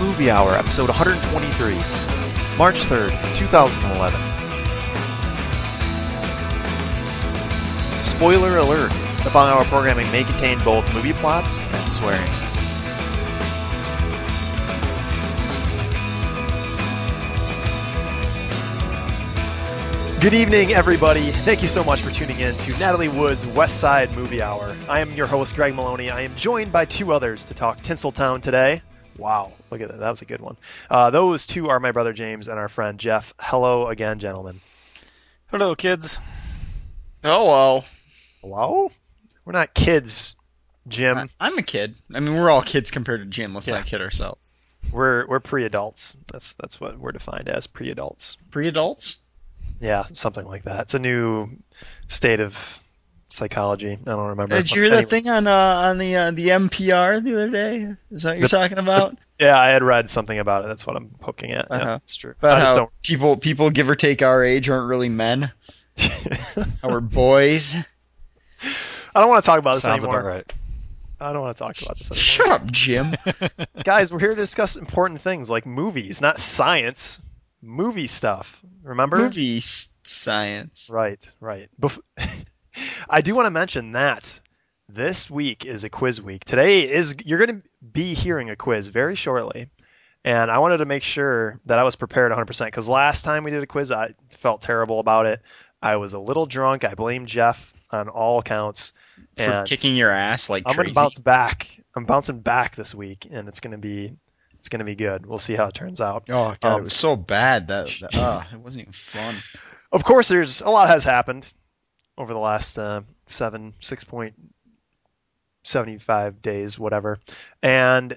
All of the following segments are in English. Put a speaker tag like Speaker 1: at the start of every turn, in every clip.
Speaker 1: Movie Hour, episode 123, March 3rd, 2011. Spoiler alert the following hour programming may contain both movie plots and swearing. Good evening, everybody. Thank you so much for tuning in to Natalie Wood's West Side Movie Hour. I am your host, Greg Maloney. I am joined by two others to talk Tinseltown today. Wow, look at that. That was a good one. Uh, those two are my brother James and our friend Jeff. Hello again, gentlemen.
Speaker 2: Hello, kids.
Speaker 3: Hello.
Speaker 1: Hello? We're not kids, Jim.
Speaker 3: I, I'm a kid. I mean, we're all kids compared to Jim. Let's
Speaker 1: Um, Yeah.
Speaker 3: not kid ourselves.
Speaker 1: We're we're pre-adults. That's that's what we're defined as pre-adults.
Speaker 3: Pre-adults?
Speaker 1: Yeah, something like that. It's a new state of psychology. I don't remember.
Speaker 3: Did you hear that
Speaker 1: Anyway.
Speaker 3: thing on uh, on the uh, the NPR the other day? Is that what you're
Speaker 1: The-
Speaker 3: talking about?
Speaker 1: Yeah, I had read something about it. That's what I'm poking at. Yeah,
Speaker 3: Uh-huh.
Speaker 1: that's true.
Speaker 3: About
Speaker 1: I just
Speaker 3: how
Speaker 1: don't.
Speaker 3: people people give or take our age aren't really men. How we're boys.
Speaker 1: I don't want to talk about this
Speaker 2: Oh, Sounds
Speaker 1: anymore.
Speaker 2: about right.
Speaker 1: I don't want to talk about this anymore.
Speaker 3: Shut up, Jim.
Speaker 1: Guys, we're here to discuss important things like movies, not science. Movie stuff. Remember?
Speaker 3: Movie s- science.
Speaker 1: Right, right. Bef- I do want to mention that this week is a quiz week. Today is you're going to be hearing a quiz very shortly, and I wanted to make sure that I was prepared 100% because last time we did a quiz, I felt terrible about it. I was a little drunk. I blame Jeff on all accounts.
Speaker 3: For
Speaker 1: and
Speaker 3: kicking your ass like
Speaker 1: I'm going
Speaker 3: crazy.
Speaker 1: to bounce back. I'm bouncing back this week, and it's going to be it's going to be good. We'll see how it turns out.
Speaker 3: Oh god,
Speaker 1: Um,
Speaker 3: it was so bad that, that uh, it wasn't even fun.
Speaker 1: of course, there's a lot has happened over the last uh, seven, six point seventy-five days, whatever. And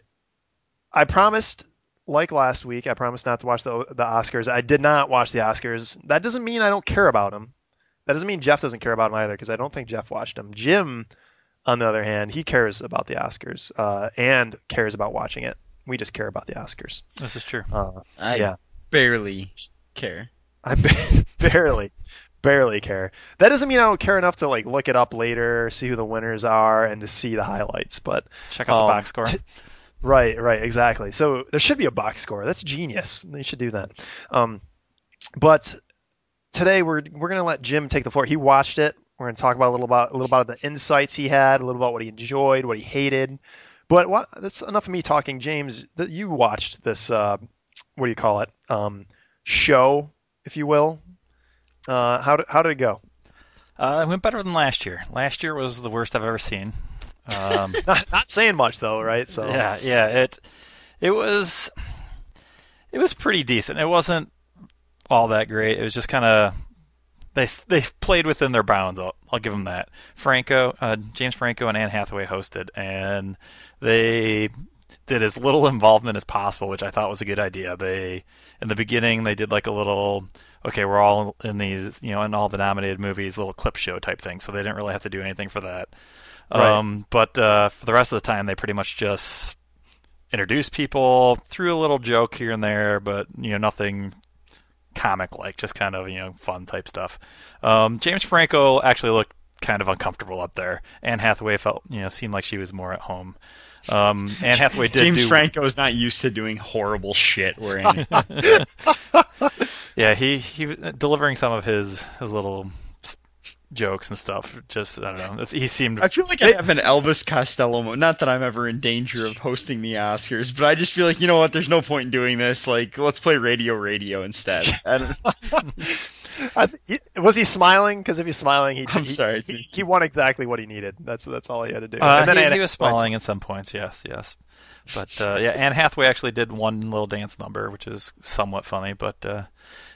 Speaker 1: I promised, like last week, I promised not to watch the the Oscars. I did not watch the Oscars. That doesn't mean I don't care about them. That doesn't mean Jeff doesn't care about them either, because I don't think Jeff watched them. Jim, on the other hand, he cares about the Oscars uh, and cares about watching it. We just care about the Oscars.
Speaker 2: This is true.
Speaker 1: Uh,
Speaker 3: I
Speaker 1: yeah.
Speaker 3: barely care.
Speaker 1: I ba- barely, barely care. That doesn't mean I don't care enough to like look it up later, see who the winners are, and to see the highlights. But
Speaker 2: Check out
Speaker 1: Um,
Speaker 2: the box score.
Speaker 1: right, right, exactly. So there should be a box score. That's genius. They should do that. Um, but today we're we're gonna let Jim take the floor. He watched it. We're gonna talk about a little about a little about the insights he had, a little about what he enjoyed, what he hated. But what, that's enough of me talking. James, that you watched this. Uh, what do you call it? Um, show, if you will. Uh, how did, how did it go?
Speaker 2: Uh, it went better than last year. Last year was the worst I've ever seen. Um,
Speaker 1: Not, not saying much though, right? So
Speaker 2: yeah, yeah. It it was it was pretty decent. It wasn't all that great. It was just kind of they s- they played within their bounds. I'll, I'll give them that. Franco, uh, James Franco, and Anne Hathaway hosted, and they did as little involvement as possible, which I thought was a good idea. They in the beginning they did like a little okay, we're all in these you know in all the nominated movies, little clip show type thing. So they didn't really have to do anything for that.
Speaker 1: Right.
Speaker 2: Um, but uh, for the rest of the time, they pretty much just introduced people, threw a little joke here and there, but you know nothing comic like, just kind of you know fun type stuff. Um, James Franco actually looked kind of uncomfortable up there. Anne Hathaway felt you know seemed like she was more at home. Um, Anne Hathaway did
Speaker 3: James
Speaker 2: do
Speaker 3: Franco's not used to doing horrible shit where any
Speaker 2: yeah he he was delivering some of his his little s- jokes and stuff. Just I don't know. It's- He seemed
Speaker 3: I feel like I have an Elvis Costello moment. Not that I'm ever in danger of hosting the Oscars, but I just feel like you know what? There's no point in doing this. Like, let's play Radio Radio instead. I don't-
Speaker 1: I, th- he- was he smiling? Because if he's smiling, he
Speaker 3: I'm
Speaker 1: he,
Speaker 3: sorry.
Speaker 1: He, he won exactly what he needed. That's that's all he had to do.
Speaker 2: Uh,
Speaker 1: Anne
Speaker 2: he, he was
Speaker 1: Hathaway-
Speaker 2: smiling at some points, yes, yes. But uh, yeah, Anne Hathaway actually did one little dance number, which is somewhat funny. But uh,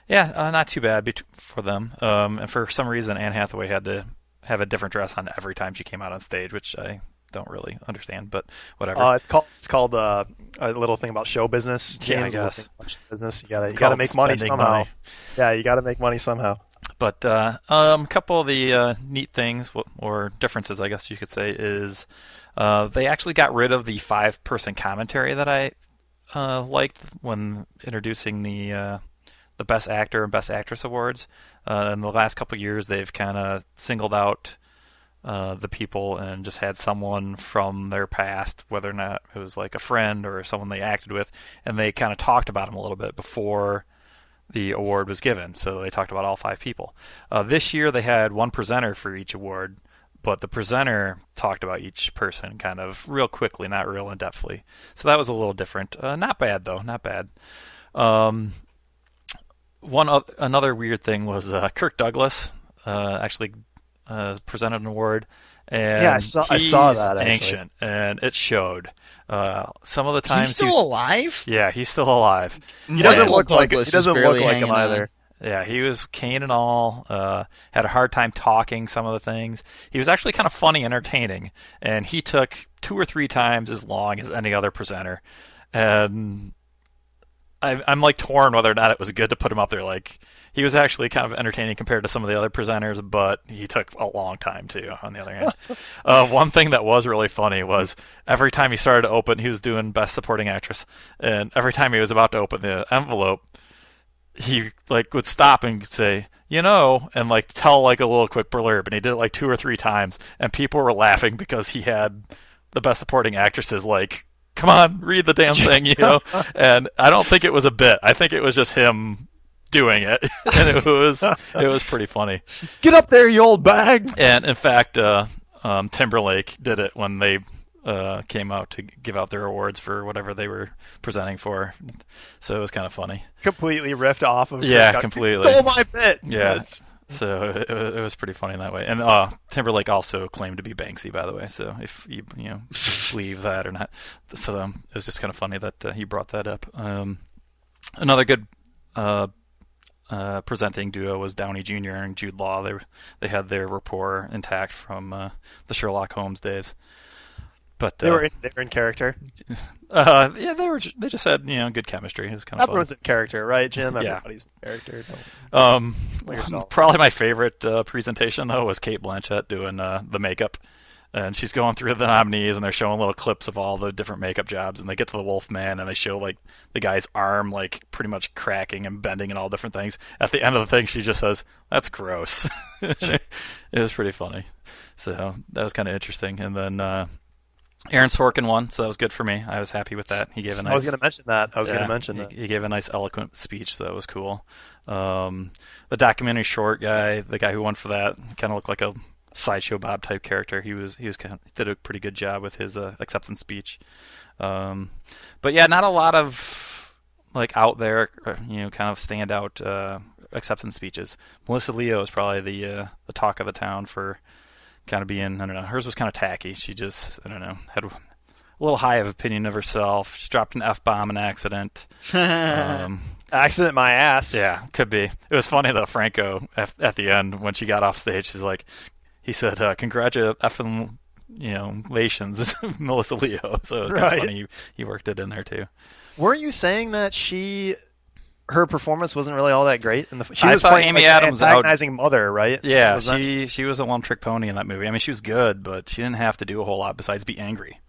Speaker 2: yeah, uh, not too bad bet- for them. Um, and for some reason, Anne Hathaway had to have a different dress on every time she came out on stage, which I don't really understand. But whatever.
Speaker 1: Uh, it's called it's called uh, a little thing about show business.
Speaker 2: Yeah, I
Speaker 1: James, a little
Speaker 2: guess.
Speaker 1: thing about show business. You gotta
Speaker 2: It's
Speaker 1: you gotta
Speaker 2: called
Speaker 1: make money
Speaker 2: spending
Speaker 1: somehow.
Speaker 2: money.
Speaker 1: Yeah, you gotta make money somehow.
Speaker 2: But uh, um, a couple of the uh, neat things wh- or differences, I guess you could say, is uh, they actually got rid of the five-person commentary that I uh, liked when introducing the uh, the Best Actor and Best Actress awards. Uh, in the last couple of years, they've kind of singled out uh, the people and just had someone from their past, whether or not it was like a friend or someone they acted with, and they kind of talked about them a little bit before the award was given. So they talked about all five people. Uh, this year they had one presenter for each award, but the presenter talked about each person kind of real quickly, not real in depthly. So that was a little different. Uh, not bad though, not bad. Um, one oth- another weird thing was uh, Kirk Douglas uh, actually uh, presented an award, and
Speaker 1: Yeah, I saw- I saw
Speaker 2: he's
Speaker 1: that, actually.
Speaker 2: ancient, and it showed. Uh, some of the times
Speaker 3: He's still
Speaker 2: he was-
Speaker 3: alive.
Speaker 2: yeah, he's still alive.
Speaker 1: He doesn't
Speaker 3: Michael
Speaker 1: look like
Speaker 3: Douglas
Speaker 1: he
Speaker 3: is
Speaker 1: doesn't look
Speaker 3: barely
Speaker 1: like him
Speaker 3: hanging on.
Speaker 1: either.
Speaker 2: Yeah, he was cane and all. Uh, had a hard time talking some of the things. He was actually kind of funny, and entertaining, and he took two or three times as long as any other presenter. And I, I'm like torn whether or not it was good to put him up there. Like he was actually kind of entertaining compared to some of the other presenters, but he took a long time too. On the other hand, uh, one thing that was really funny was every time he started to open, he was doing Best Supporting Actress, and every time he was about to open the envelope he like would stop and say, you know, and like tell like a little quick blurb, and he did it like two or three times, and people were laughing because he had the best supporting actresses like, come on, read the damn thing, you know. and I don't think it was a bit. I think it was just him doing it, and it was it was pretty funny.
Speaker 1: Get up there, you old bag!
Speaker 2: And in fact, uh, um, Timberlake did it when they uh, came out to give out their awards for whatever they were presenting for, so it was kind of funny.
Speaker 1: Completely riffed off of.
Speaker 2: Yeah,
Speaker 1: Kirk Douglas.
Speaker 2: completely.
Speaker 1: Stole my bit.
Speaker 2: Yeah.
Speaker 1: It's-
Speaker 2: So it, it was pretty funny in that way. And uh, Timberlake also claimed to be Banksy, by the way. So if you you know believe that or not, so um, it was just kind of funny that uh, he brought that up. Um, another good uh, uh, presenting duo was Downey Jr. and Jude Law. They were- they had their rapport intact from uh, the Sherlock Holmes days. But
Speaker 1: They
Speaker 2: uh,
Speaker 1: were in, they were in character.
Speaker 2: uh, yeah, they were ju- they just had you know good chemistry. It was kind of fun.
Speaker 1: Everyone's in character, right, Jim?
Speaker 2: Yeah.
Speaker 1: Everybody's in character.
Speaker 2: Um,
Speaker 1: Like yourself.
Speaker 2: probably my favorite uh, presentation though was Kate Blanchett doing uh, the makeup, and she's going through the nominees and they're showing little clips of all the different makeup jobs, and they get to the Wolfman and they show like the guy's arm like pretty much cracking and bending and all different things. At the end of the thing, she just says, "That's gross." it was pretty funny, so that was kind of interesting. And then uh, Aaron Sorkin won, so that was good for me. I was happy with that. He gave a nice.
Speaker 1: I was going to mention that. I was going
Speaker 2: Yeah,
Speaker 1: to mention
Speaker 2: he,
Speaker 1: that.
Speaker 2: He gave a nice, eloquent speech, so that was cool. Um, the documentary short guy, the guy who won for that, kind of looked like a sideshow Bob type character. He was he was kind of, did a pretty good job with his uh, acceptance speech. Um, but yeah, not a lot of like out there, uh, you know, kind of standout uh, acceptance speeches. Melissa Leo is probably the uh, the talk of the town for kind of being I don't know. Hers was kind of tacky. She just I don't know had a little high of opinion of herself. She dropped an f bomb in accident. Um,
Speaker 1: Accident my ass.
Speaker 2: yeah, could be. It was funny though. Franco at, at the end when she got off stage, she's like, he said, uh, "Congratulations." You know, lations, Melissa Leo. So it was kind
Speaker 1: Right.
Speaker 2: of funny. He, he worked it in there too.
Speaker 1: Weren't you saying that she, her performance wasn't really all that great? In the she
Speaker 2: I
Speaker 1: was
Speaker 2: thought
Speaker 1: playing
Speaker 2: Amy
Speaker 1: like,
Speaker 2: Adams
Speaker 1: an
Speaker 2: out-
Speaker 1: antagonizing mother, right?
Speaker 2: Yeah,
Speaker 1: Was that-
Speaker 2: she she was a one trick pony in that movie. I mean, she was good, but she didn't have to do a whole lot besides be angry.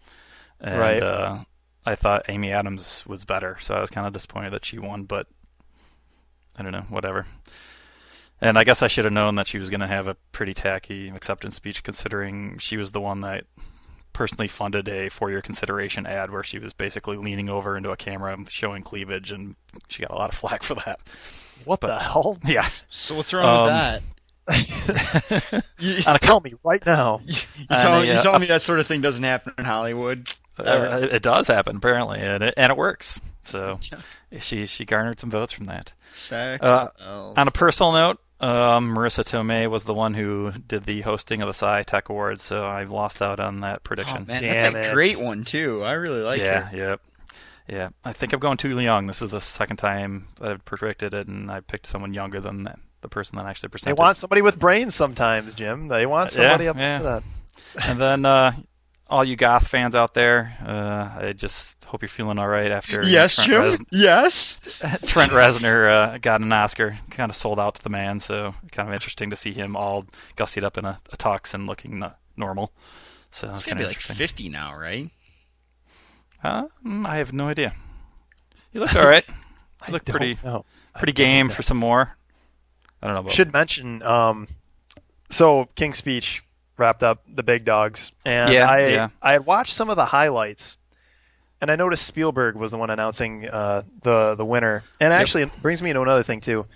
Speaker 2: And,
Speaker 1: Right.
Speaker 2: Uh, I thought Amy Adams was better, so I was kind of disappointed that she won. But I don't know, whatever. And I guess I should have known that she was going to have a pretty tacky acceptance speech, considering she was the one that personally funded a for your consideration ad where she was basically leaning over into a camera and showing cleavage, and she got a lot of flack for that.
Speaker 1: What
Speaker 2: but-
Speaker 1: the hell?
Speaker 2: Yeah.
Speaker 3: So what's wrong
Speaker 2: Um,
Speaker 3: with that?
Speaker 1: Uh, Tell me right now.
Speaker 3: You, you,
Speaker 2: on
Speaker 3: tell,
Speaker 2: a,
Speaker 3: you
Speaker 2: uh,
Speaker 3: telling me that sort of thing doesn't happen in Hollywood?
Speaker 2: Uh, it- it does happen apparently, and it, and it works. So she she garnered some votes from that.
Speaker 3: Sex.
Speaker 2: Uh,
Speaker 3: oh.
Speaker 2: On a personal note, um, Marissa Tomei was the one who did the hosting of the Sci Tech Awards, so I lost out on that
Speaker 3: Oh,
Speaker 2: prediction.
Speaker 3: man, that's
Speaker 1: Damn
Speaker 3: a
Speaker 1: it.
Speaker 3: great one too. I really like
Speaker 2: yeah,
Speaker 3: it.
Speaker 2: yep, yeah. I think I've gone too young. This is the second time that I've predicted it, and I picked someone younger than that, the person that actually
Speaker 1: They
Speaker 2: presented.
Speaker 1: want somebody with brains sometimes, Jim. They want
Speaker 2: Uh, Yeah,
Speaker 1: somebody up
Speaker 2: yeah.
Speaker 1: to that.
Speaker 2: and then uh, all you goth fans out there, uh, I just hope you're feeling all right after
Speaker 3: Yes,
Speaker 2: Trent
Speaker 3: Jim.
Speaker 2: Reznor-
Speaker 3: yes.
Speaker 2: Trent Reznor uh, got an Oscar, kind of sold out to the man, so kind of interesting to see him all gussied up in a, a tux and looking uh, normal. So
Speaker 3: It's
Speaker 2: it's
Speaker 3: gonna
Speaker 2: kind
Speaker 3: be
Speaker 2: of
Speaker 3: like
Speaker 2: interesting.
Speaker 3: fifty now, right?
Speaker 2: Huh? Mm, I have no idea. He looked all right,
Speaker 1: I
Speaker 2: Looked
Speaker 1: don't
Speaker 2: pretty-
Speaker 1: know. I
Speaker 2: pretty
Speaker 1: don't
Speaker 2: game
Speaker 1: know.
Speaker 2: for some more. I don't know about
Speaker 1: Should mention. Um, so King's Speech wrapped up the big dogs, and
Speaker 2: Yeah,
Speaker 1: I
Speaker 2: yeah.
Speaker 1: I had watched some of the highlights, and I noticed Spielberg was the one announcing uh, the the winner. And actually, it brings me to another thing too.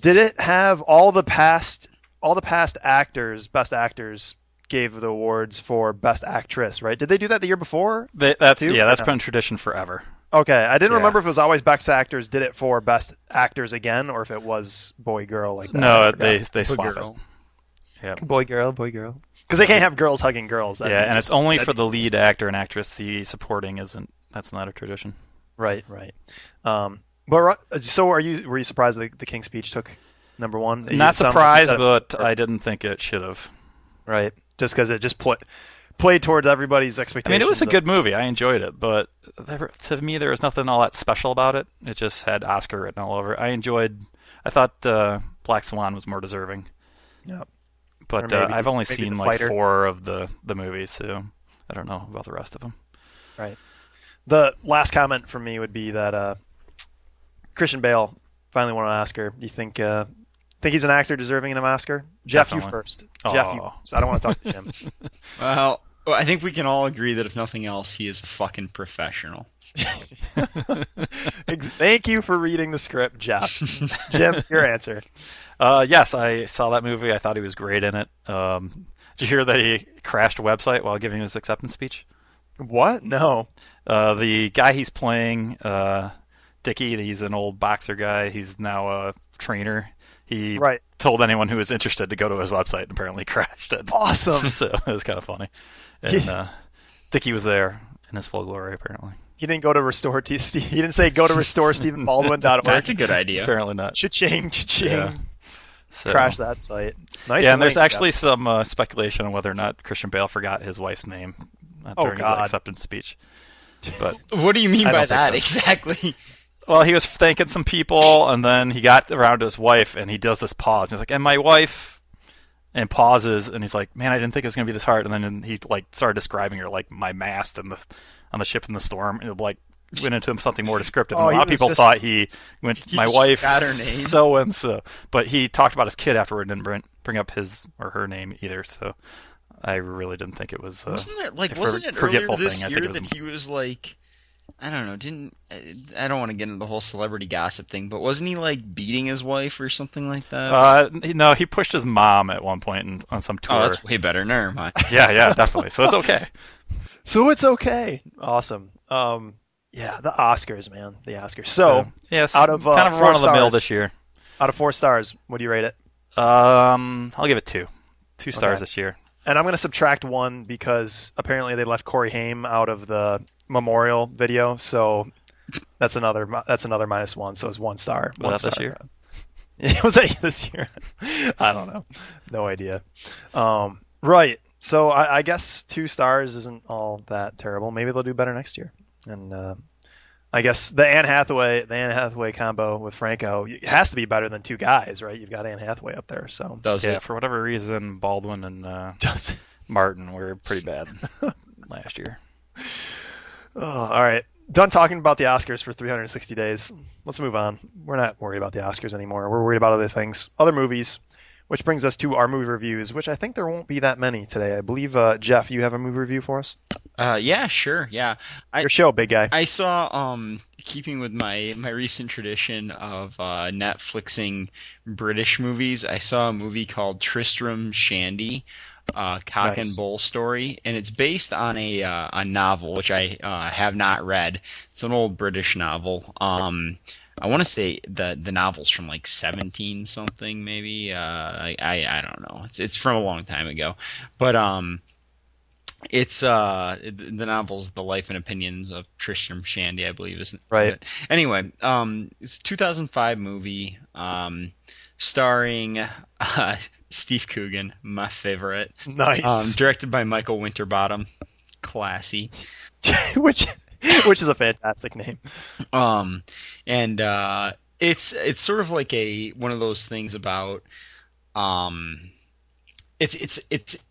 Speaker 1: Did it have all the past all the past actors, best actors? Gave the awards for best actress, right? Did they do that the year before?
Speaker 2: They, that's
Speaker 1: Two?
Speaker 2: yeah, that's
Speaker 1: Yeah.
Speaker 2: been tradition forever.
Speaker 1: Okay, I didn't
Speaker 2: Yeah.
Speaker 1: remember if it was always best actors did it for best actors again, or if it was boy girl like that. I
Speaker 2: no, uh,
Speaker 1: forgot.
Speaker 2: they they swap
Speaker 3: girl.
Speaker 2: it. Yeah.
Speaker 1: boy girl, boy girl, because they can't have girls hugging girls. That'd
Speaker 2: yeah,
Speaker 1: be
Speaker 2: and
Speaker 1: just-
Speaker 2: it's only
Speaker 1: that'd
Speaker 2: for
Speaker 1: be
Speaker 2: the
Speaker 1: just-
Speaker 2: lead actor and actress. The supporting isn't. That's not a tradition.
Speaker 1: Right, right. Um, but ri- so are you? Were you surprised that the King's Speech took number one? You
Speaker 2: not
Speaker 1: sound like you
Speaker 2: surprised,
Speaker 1: said it-
Speaker 2: but I didn't think it should have.
Speaker 1: right, just because it just pl- played towards everybody's
Speaker 2: I
Speaker 1: expectations.
Speaker 2: mean, it was a
Speaker 1: of-
Speaker 2: good movie. I enjoyed it, but there, to me, there was nothing all that special about it. It just had Oscar written all over. it. I enjoyed. I thought uh, Black Swan was more deserving,
Speaker 1: Yeah.
Speaker 2: but
Speaker 1: Or
Speaker 2: uh,
Speaker 1: maybe-
Speaker 2: I've only
Speaker 1: maybe
Speaker 2: seen
Speaker 1: The
Speaker 2: like
Speaker 1: Fighter.
Speaker 2: four of the the movies, so I don't know about the rest of them.
Speaker 1: The last comment from me would be that uh, Christian Bale finally won an Oscar. You think uh, think he's an actor deserving of an Oscar? Jeff, you
Speaker 2: Definitely. Oh.
Speaker 1: first. Jeff, you
Speaker 2: Aw.
Speaker 1: first. I don't want to talk to Jim.
Speaker 3: Well, I think we can all agree that if nothing else, he is a fucking professional.
Speaker 1: Ex- Thank you for reading the script, Jeff. Jim, your answer.
Speaker 2: Uh, yes, I saw that movie. I thought he was great in it. Um, did you hear that he crashed a website while giving his acceptance speech?
Speaker 1: What? No.
Speaker 2: Uh, the guy he's playing, uh, Dickie, he's an old boxer guy. He's now a trainer. He
Speaker 1: Right.
Speaker 2: told anyone who was interested to go to his website and apparently crashed it.
Speaker 1: Awesome.
Speaker 2: so it was kind of funny. And uh, Dickie was there in his full glory, apparently.
Speaker 1: He didn't go to restore. T- Ste- he didn't say go to restorestephenbaldwin.org.
Speaker 3: That's a good idea.
Speaker 2: Apparently not.
Speaker 1: Cha-ching, cha-ching.
Speaker 2: Yeah. So,
Speaker 1: Crash that site. Nice.
Speaker 2: Yeah, and there's
Speaker 1: link,
Speaker 2: actually some uh, speculation on whether or not Christian Bale forgot his wife's name uh,
Speaker 1: Oh,
Speaker 2: during
Speaker 1: God.
Speaker 2: his acceptance speech. But
Speaker 3: What do you mean
Speaker 2: I
Speaker 3: by
Speaker 2: don't think
Speaker 3: that
Speaker 2: so.
Speaker 3: exactly?
Speaker 2: well, he was thanking some people, and then he got around to his wife, and he does this pause. he's like, "And my wife," and pauses, and he's like, "Man, I didn't think it was gonna be this hard." And then he like started describing her like my mast and the on the ship in the storm, and like went into something more descriptive.
Speaker 1: Oh,
Speaker 2: and a
Speaker 1: he
Speaker 2: lot of
Speaker 1: was
Speaker 2: people
Speaker 1: just-
Speaker 2: thought he went,
Speaker 3: he
Speaker 2: "My
Speaker 3: just
Speaker 2: wife,
Speaker 3: got her name.
Speaker 2: so and so," but he talked about his kid afterward and didn't bring, bring up his or her name either. So I really didn't think it was. Uh,
Speaker 3: Wasn't there like
Speaker 2: for-
Speaker 3: wasn't it earlier
Speaker 2: forgetful
Speaker 3: this
Speaker 2: thing, I
Speaker 3: year
Speaker 2: think it was-
Speaker 3: that he was like I don't know, didn't I- I don't want to get into the whole celebrity gossip thing, but wasn't he like beating his wife or something like that?
Speaker 2: Uh, no, he pushed his mom at one point in, on some tour.
Speaker 3: oh, that's way better. Never mind.
Speaker 2: Yeah, yeah, definitely. So it's okay.
Speaker 1: So it's okay. Awesome. Um, yeah, the Oscars, man. The Oscars. So
Speaker 2: yes,
Speaker 1: out of, uh,
Speaker 2: kind of
Speaker 1: four
Speaker 2: run of the mill
Speaker 1: stars.
Speaker 2: this year.
Speaker 1: out of four stars, what do you rate it?
Speaker 2: Um, I'll give it two, two stars
Speaker 1: Okay.
Speaker 2: this year.
Speaker 1: And I'm going to subtract one because apparently they left Corey Haim out of the memorial video. So that's another mi- that's another minus one. So it's one star.
Speaker 2: Was
Speaker 1: one
Speaker 2: that
Speaker 1: star.
Speaker 2: this year?
Speaker 1: was that this year? I don't know. No idea. Um, right. So I, I guess two stars isn't all that terrible. Maybe they'll do better next year. And uh, I guess the Anne Hathaway, the Anne Hathaway combo with Franco it has to be better than two guys, right? You've got Anne Hathaway up there, so
Speaker 3: Does
Speaker 2: Yeah,
Speaker 3: it?
Speaker 2: for whatever reason, Baldwin and uh,
Speaker 1: does.
Speaker 2: Martin were pretty bad last year.
Speaker 1: Oh, all right. Done talking about the Oscars for 360 days. Let's move on. We're not worried about the Oscars anymore. We're worried about other things, other movies, which brings us to our movie reviews, which I think there won't be that many today. I believe, uh, Jeff, you have a movie review for us?
Speaker 3: Uh, yeah, sure, yeah. I-
Speaker 1: Your show, big guy.
Speaker 3: I saw, um, keeping with my my recent tradition of uh, Netflixing British movies, I saw a movie called Tristram Shandy, uh, cock
Speaker 1: Nice.
Speaker 3: and bull story, and it's based on a uh, a novel which I uh, have not read. It's an old British novel. Um, I want to say the the novel's from like seventeen something maybe. Uh, I, I I don't know. It's it's from a long time ago, but um it's uh the novel's the life and opinions of tristram shandy i believe isn't
Speaker 1: Right.
Speaker 3: it? anyway um it's a 2005 movie um starring uh, steve coogan my favorite um,
Speaker 1: Nice.
Speaker 3: directed by michael winterbottom classy
Speaker 1: Um, which, which is a fantastic name.
Speaker 3: um and uh it's it's sort of like a one of those things about um it's it's it's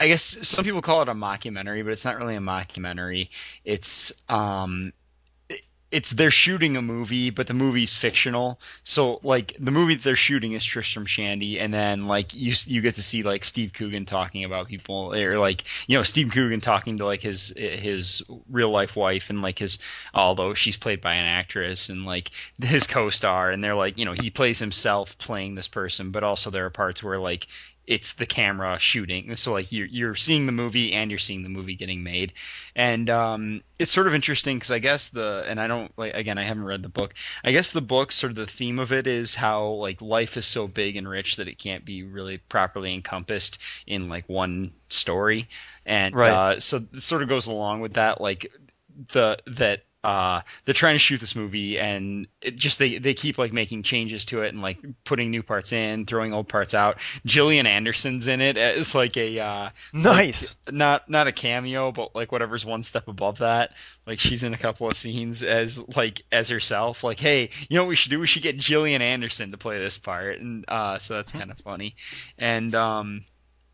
Speaker 3: i guess some people call it a mockumentary but it's not really a mockumentary it's um it's they're shooting a movie, but the movie's fictional. So like the movie that they're shooting is Tristram Shandy, and then like you you get to see like Steve Coogan talking about people, or like you know Steve Coogan talking to like his his real life wife, and like his although she's played by an actress, and like his co star, and they're like you know he plays himself playing this person, but also there are parts where like it's the camera shooting. So like you're you're seeing the movie and you're seeing the movie getting made, and um, it's sort of interesting because I guess the and I don't like again I haven't read the book. I guess the book sort of the theme of it is how like life is so big and rich that it can't be really properly encompassed in like one story, and
Speaker 1: Right.
Speaker 3: uh, so it sort of goes along with that like the that uh, they're trying to shoot this movie and it just they, they keep like making changes to it and like putting new parts in throwing old parts out jillian anderson's in it as like a uh,
Speaker 1: Nice.
Speaker 3: not not a cameo but like whatever's one step above that like she's in a couple of scenes as like as herself like hey you know what we should do we should get jillian anderson to play this part and uh, so that's kind of funny and um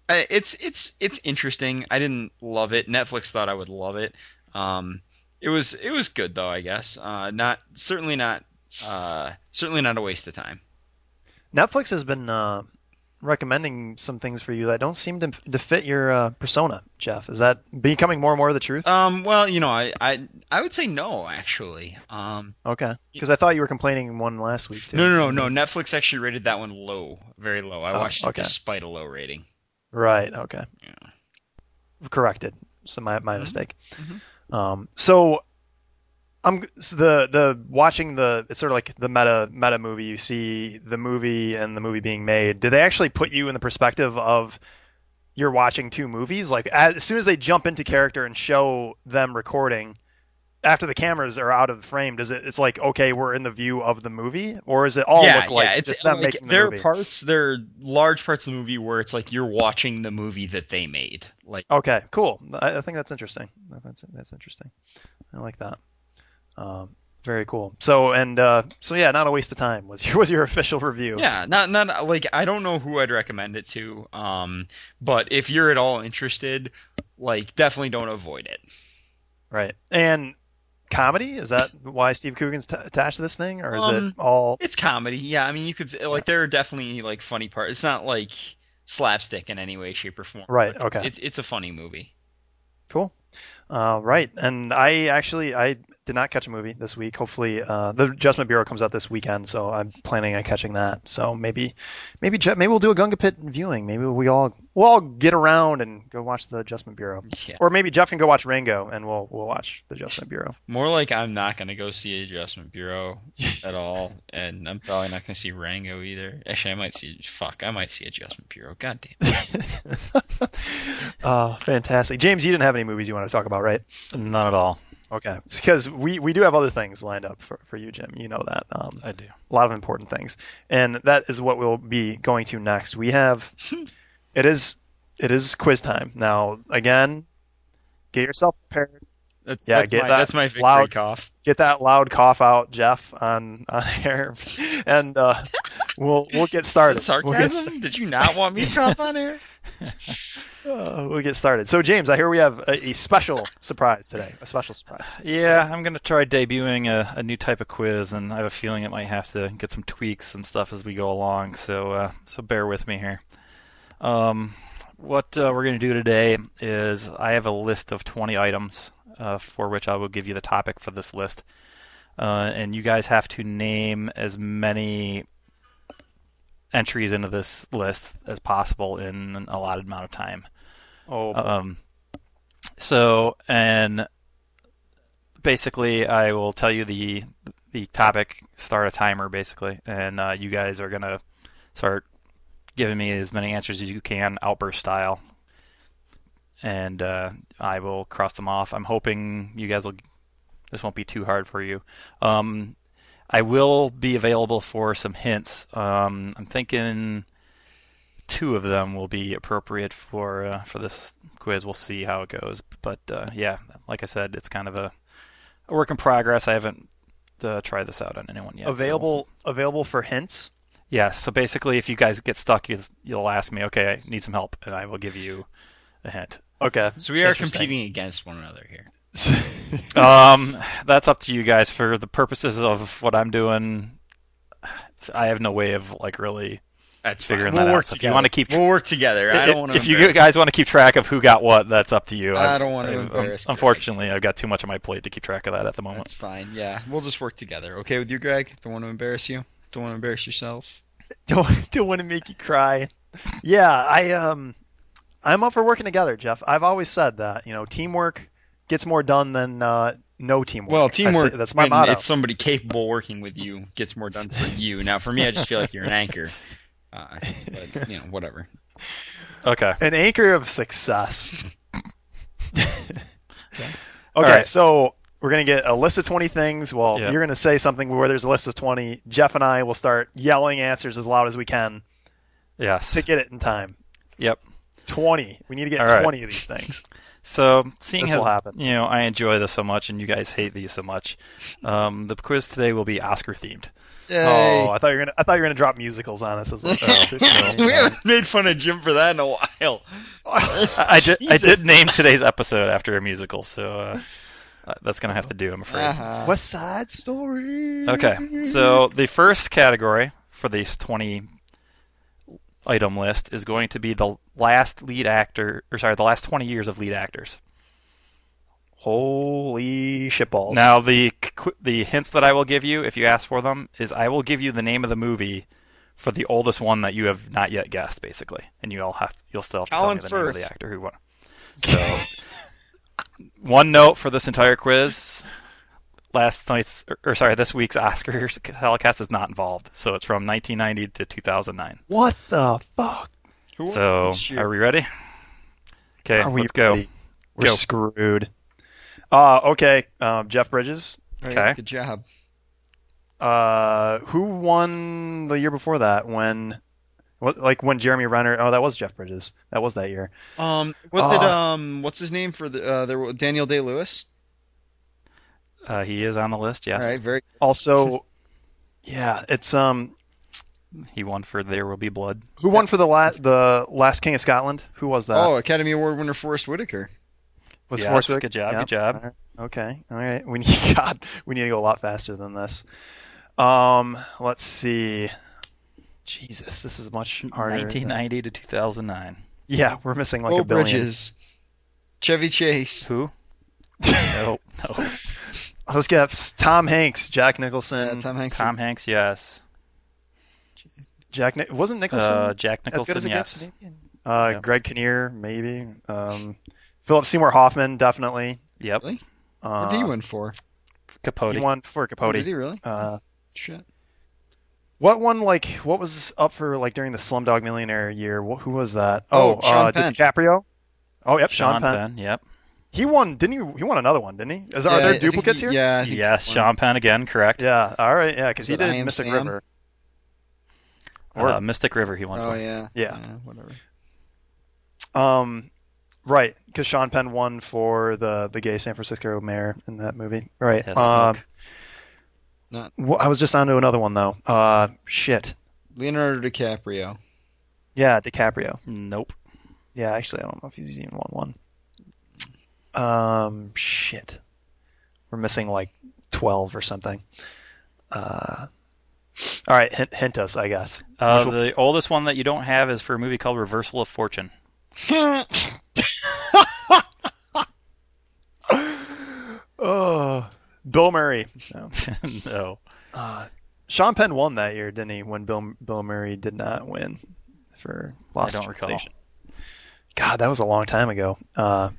Speaker 3: I- it's it's it's interesting i didn't love it netflix thought i would love it um it was it was good though i guess uh not certainly not uh certainly not a waste of time
Speaker 1: Netflix has been uh, recommending some things for you that don't seem to, to fit your uh, persona, Jeff. Is that becoming more and more the truth?
Speaker 3: um well you know i i, I would say no actually um
Speaker 1: Okay, because I thought you were complaining one last week too.
Speaker 3: No, no, no, no. Netflix actually rated that one low, very low. I
Speaker 1: Oh,
Speaker 3: watched
Speaker 1: okay.
Speaker 3: it despite a low rating.
Speaker 1: Right. Okay.
Speaker 3: Yeah.
Speaker 1: Corrected. So my my mistake.
Speaker 3: Mhm.
Speaker 1: Um, so I'm so the the watching the it's sort of like the meta meta movie. You see the movie and the movie being made. Do they actually put you in the perspective of you're watching two movies? Like as, as soon as they jump into character and show them recording. After the cameras are out of the frame, does it? It's like okay, we're in the view of the movie, or is it all
Speaker 3: yeah,
Speaker 1: look like
Speaker 3: yeah.
Speaker 1: just
Speaker 3: It's
Speaker 1: them
Speaker 3: like,
Speaker 1: making the
Speaker 3: there
Speaker 1: movie?
Speaker 3: are parts, there are large parts of the movie where it's like you're watching the movie that they made. Like,
Speaker 1: Okay, cool. I, I think that's interesting. That's that's interesting. I like that. Um, very cool. So and uh, so yeah, not a waste of time was your was your official review.
Speaker 3: yeah, not not like I don't know who I'd recommend it to. Um, but if you're at all interested, like definitely don't avoid it.
Speaker 1: Right. And comedy is that why Steve Coogan's t- attached to this thing, or is it
Speaker 3: Um,
Speaker 1: all?
Speaker 3: It's comedy. Yeah, I mean you could s- like there are definitely like funny parts. It's not like slapstick in any way, shape, or form.
Speaker 1: Right,
Speaker 3: but it's-
Speaker 1: okay.
Speaker 3: It's it's a funny movie.
Speaker 1: Cool. Uh, right. And I actually I did not catch a movie this week. Hopefully, uh, the Adjustment Bureau comes out this weekend, so I'm planning on catching that. So maybe, maybe Je- maybe we'll do a Gunga Pit viewing. Maybe we all we'll all get around and go watch the Adjustment Bureau.
Speaker 3: Yeah.
Speaker 1: Or maybe Jeff can go watch Rango, and we'll we'll watch the Adjustment Bureau.
Speaker 3: More like I'm not gonna go see Adjustment Bureau at all, and I'm probably not gonna see Rango either. Actually, I might see. Fuck, I might see Adjustment Bureau. God damn. it.
Speaker 1: Uh, fantastic, James. You didn't have any movies you want to talk about, right?
Speaker 2: Not at all.
Speaker 1: Okay, because we, we do have other things lined up for, for you, Jim. You know that. Um,
Speaker 2: I do.
Speaker 1: a lot of important things, and that is what we'll be going to next. We have it is it is quiz time now. Again, get yourself prepared.
Speaker 3: That's
Speaker 1: Yeah,
Speaker 3: that's
Speaker 1: get
Speaker 3: my
Speaker 1: that
Speaker 3: that's my victory
Speaker 1: loud-
Speaker 3: cough.
Speaker 1: Get that loud cough out, Jeff, on on air, and uh, we'll we'll get
Speaker 3: Is
Speaker 1: started.
Speaker 3: that
Speaker 1: We'll get,
Speaker 3: sarcasm? Did you not want me to cough on air?
Speaker 1: uh, we'll get started. So, James, I hear we have a, a special surprise today. A special surprise.
Speaker 2: Yeah, I'm going to try debuting a, a new type of quiz, and I have a feeling it might have to get some tweaks and stuff as we go along. So, uh, so bear with me here. Um, what uh, we're going to do today is I have a list of 20 items uh, for which I will give you the topic for this list, uh, and you guys have to name as many entries into this list as possible in an allotted amount of time.
Speaker 1: Oh,
Speaker 2: Um, so and basically, I will tell you the the topic, start a timer, basically, and uh, you guys are gonna start giving me as many answers as you can, outburst style, and uh, I will cross them off. I'm hoping you guys will. This won't be too hard for you. Um, I will be available for some hints. Um, I'm thinking two of them will be appropriate for uh, for this quiz. We'll see how it goes. But uh, yeah, like I said, it's kind of a, a work in progress. I haven't uh, tried this out on anyone yet. so-
Speaker 1: available available for hints.
Speaker 2: yeah, so basically, if you guys get stuck, you, you'll ask me, okay, I need some help, and I will give you a hint.
Speaker 1: Okay.
Speaker 3: So we are
Speaker 1: Interesting.
Speaker 3: competing against one another here.
Speaker 2: um, that's up to you guys. For the purposes of what I'm doing, I have no way of like really
Speaker 3: That's
Speaker 2: figuring
Speaker 3: fine. We'll
Speaker 2: that
Speaker 3: work
Speaker 2: out. So if
Speaker 3: together.
Speaker 2: you want to keep,
Speaker 3: we'll work together. I don't want to.
Speaker 2: if you guys want to keep track of who got what, that's up to you.
Speaker 3: I
Speaker 2: I've-
Speaker 3: don't wanna
Speaker 2: I've- um,
Speaker 3: embarrass Greg.
Speaker 2: Unfortunately, I've got too much on my plate to keep track of that at the moment.
Speaker 3: That's fine. Yeah, we'll just work together. Okay with you, Greg? Don't want to embarrass you. Don't want to embarrass yourself.
Speaker 1: don't don't want to make you cry. Yeah, I um, I'm up for working together, Jeff. I've always said that. You know, teamwork gets more done than uh, no teamwork.
Speaker 3: Well,
Speaker 1: I say-
Speaker 3: teamwork.
Speaker 1: that's my
Speaker 3: when
Speaker 1: motto.
Speaker 3: It's somebody capable working with you gets more done for you. Now, for me, I just feel like you're an anchor. Uh, but you know, whatever.
Speaker 2: Okay.
Speaker 1: An anchor of success. okay,
Speaker 2: right.
Speaker 1: so we're gonna get a list of twenty things. Well,
Speaker 2: Yeah.
Speaker 1: you're gonna say something where there's a list of twenty. Jeff and I will start yelling answers as loud as we can
Speaker 2: Yes.
Speaker 1: to get it in time.
Speaker 2: Yep.
Speaker 1: Twenty. We need to get
Speaker 2: All right.
Speaker 1: twenty of these things.
Speaker 2: So, seeing
Speaker 1: This
Speaker 2: as
Speaker 1: will happen.
Speaker 2: you know I enjoy this so much and you guys hate these so much, um, the quiz today will be Oscar themed.
Speaker 1: Oh, I thought you were gonna. I thought you were gonna drop musicals on us. I was like, oh,
Speaker 3: we haven't made fun of Jim for that in a while.
Speaker 2: I, I did. I
Speaker 3: Jesus.
Speaker 2: did name today's episode after a musical, so uh, uh, that's gonna have to do. I'm afraid.
Speaker 3: Uh-huh.
Speaker 1: West Side Story.
Speaker 2: Okay, so the first category for this 20 item list is going to be the last lead actor, or sorry, the last 20 years of lead actors.
Speaker 1: Holy shitballs!
Speaker 2: Now, the qu- the hints that I will give you, if you ask for them, is I will give you the name of the movie for the oldest one that you have not yet guessed, basically, and you all have you'll still have to tell
Speaker 3: Colin
Speaker 2: me the name of the
Speaker 3: Firth.
Speaker 2: actor who won. So, one note for this entire quiz: last night's, or, or sorry, this week's Oscars telecast is not involved, so it's from 1990 to 2009.
Speaker 1: what the fuck?
Speaker 3: Who
Speaker 2: So,
Speaker 3: Shoot.
Speaker 2: are we ready? Okay,
Speaker 1: Are we
Speaker 2: let's go.
Speaker 1: ready? We're
Speaker 2: Go.
Speaker 1: screwed. Uh, okay, um, Jeff Bridges.
Speaker 3: Hey,
Speaker 2: okay.
Speaker 3: Good job.
Speaker 1: Uh, who won the year before that? When, what, like when Jeremy Renner? Oh, that was Jeff Bridges. That was that year.
Speaker 3: Um, was it
Speaker 1: Uh,
Speaker 3: um, what's his name for the uh, there, Daniel Day Lewis?
Speaker 2: Uh, he is on the list. Yes,
Speaker 3: All right, very.
Speaker 1: Also, yeah, it's um,
Speaker 2: he won for "There Will Be Blood."
Speaker 1: who won for the last the last King of Scotland? Who was
Speaker 2: Uh,
Speaker 1: that?
Speaker 3: oh, Academy Award winner Forrest Whitaker.
Speaker 1: was
Speaker 2: Yes,
Speaker 1: Forswick?
Speaker 2: good job,
Speaker 1: Yeah.
Speaker 2: good job.
Speaker 1: All right. Okay, all right. We need God. We need to go a lot faster than this. Um, let's see. Jesus, this is much harder. than-
Speaker 2: 1990 to 2009.
Speaker 1: Yeah, we're missing like
Speaker 3: oh,
Speaker 1: a billion.
Speaker 3: Bridges. Chevy Chase.
Speaker 2: Who? No, no.
Speaker 1: Let's get Tom Hanks, Jack Nicholson.
Speaker 3: Uh, Tom Hanks.
Speaker 2: Tom Hanks, yes.
Speaker 1: Jack Ni- wasn't Nicholson
Speaker 2: Uh, Jack
Speaker 1: as
Speaker 2: Nicholson,
Speaker 1: good as it
Speaker 2: yes.
Speaker 1: gets. Maybe? Uh,
Speaker 2: Yeah.
Speaker 1: Greg Kinnear, maybe. Um, Philip Seymour Hoffman, definitely.
Speaker 2: Yep.
Speaker 3: Really?
Speaker 1: Uh,
Speaker 3: what did he win for?
Speaker 2: Capote.
Speaker 1: He won for
Speaker 3: Oh,
Speaker 1: Capote.
Speaker 3: Did he really?
Speaker 1: Uh,
Speaker 3: Shit.
Speaker 1: what one like what was up for like during the Slumdog Millionaire year? Wh- Who was that?
Speaker 3: Oh, Sean
Speaker 1: uh,
Speaker 3: Penn.
Speaker 1: DiCaprio. Oh, yep, Sean,
Speaker 2: Sean
Speaker 1: Penn.
Speaker 2: Penn. Yep.
Speaker 1: He won, didn't he? He won another one, didn't he? Is,
Speaker 3: Yeah,
Speaker 1: are
Speaker 3: I
Speaker 1: there
Speaker 3: think he-
Speaker 1: duplicates here?
Speaker 3: Yeah. I think
Speaker 2: Yes,
Speaker 3: he won.
Speaker 2: Sean Penn again. Correct.
Speaker 1: Yeah. All right. Yeah, because
Speaker 3: Is
Speaker 1: he
Speaker 3: it I
Speaker 1: did
Speaker 3: Am
Speaker 1: Mystic
Speaker 3: Sam?
Speaker 1: River. Or
Speaker 2: Uh, Mystic River. He won.
Speaker 3: Oh
Speaker 2: for.
Speaker 3: yeah.
Speaker 1: Yeah.
Speaker 3: whatever.
Speaker 1: Um, right, because Sean Penn won for the the gay San Francisco mayor in that movie. Right.
Speaker 2: Yes,
Speaker 1: um,
Speaker 2: Luke.
Speaker 1: wh- I was just onto another one though. Uh, shit.
Speaker 3: Leonardo DiCaprio.
Speaker 1: Yeah, DiCaprio.
Speaker 2: Nope.
Speaker 1: Yeah, actually, I don't know if he's even won one. Um, shit. We're missing like twelve or something. Uh, all right, hint, hint us, I guess.
Speaker 2: Uh,
Speaker 1: Which will-
Speaker 2: the oldest one that you don't have is for a movie called Reversal of Fortune.
Speaker 1: oh, Bill Murray. No.
Speaker 2: no.
Speaker 1: Uh, Sean Penn won that year, didn't he? When Bill Bill Murray did not win for Lost
Speaker 2: I
Speaker 1: in
Speaker 2: don't recall.
Speaker 1: Translation. God, that was a long time ago. Uh,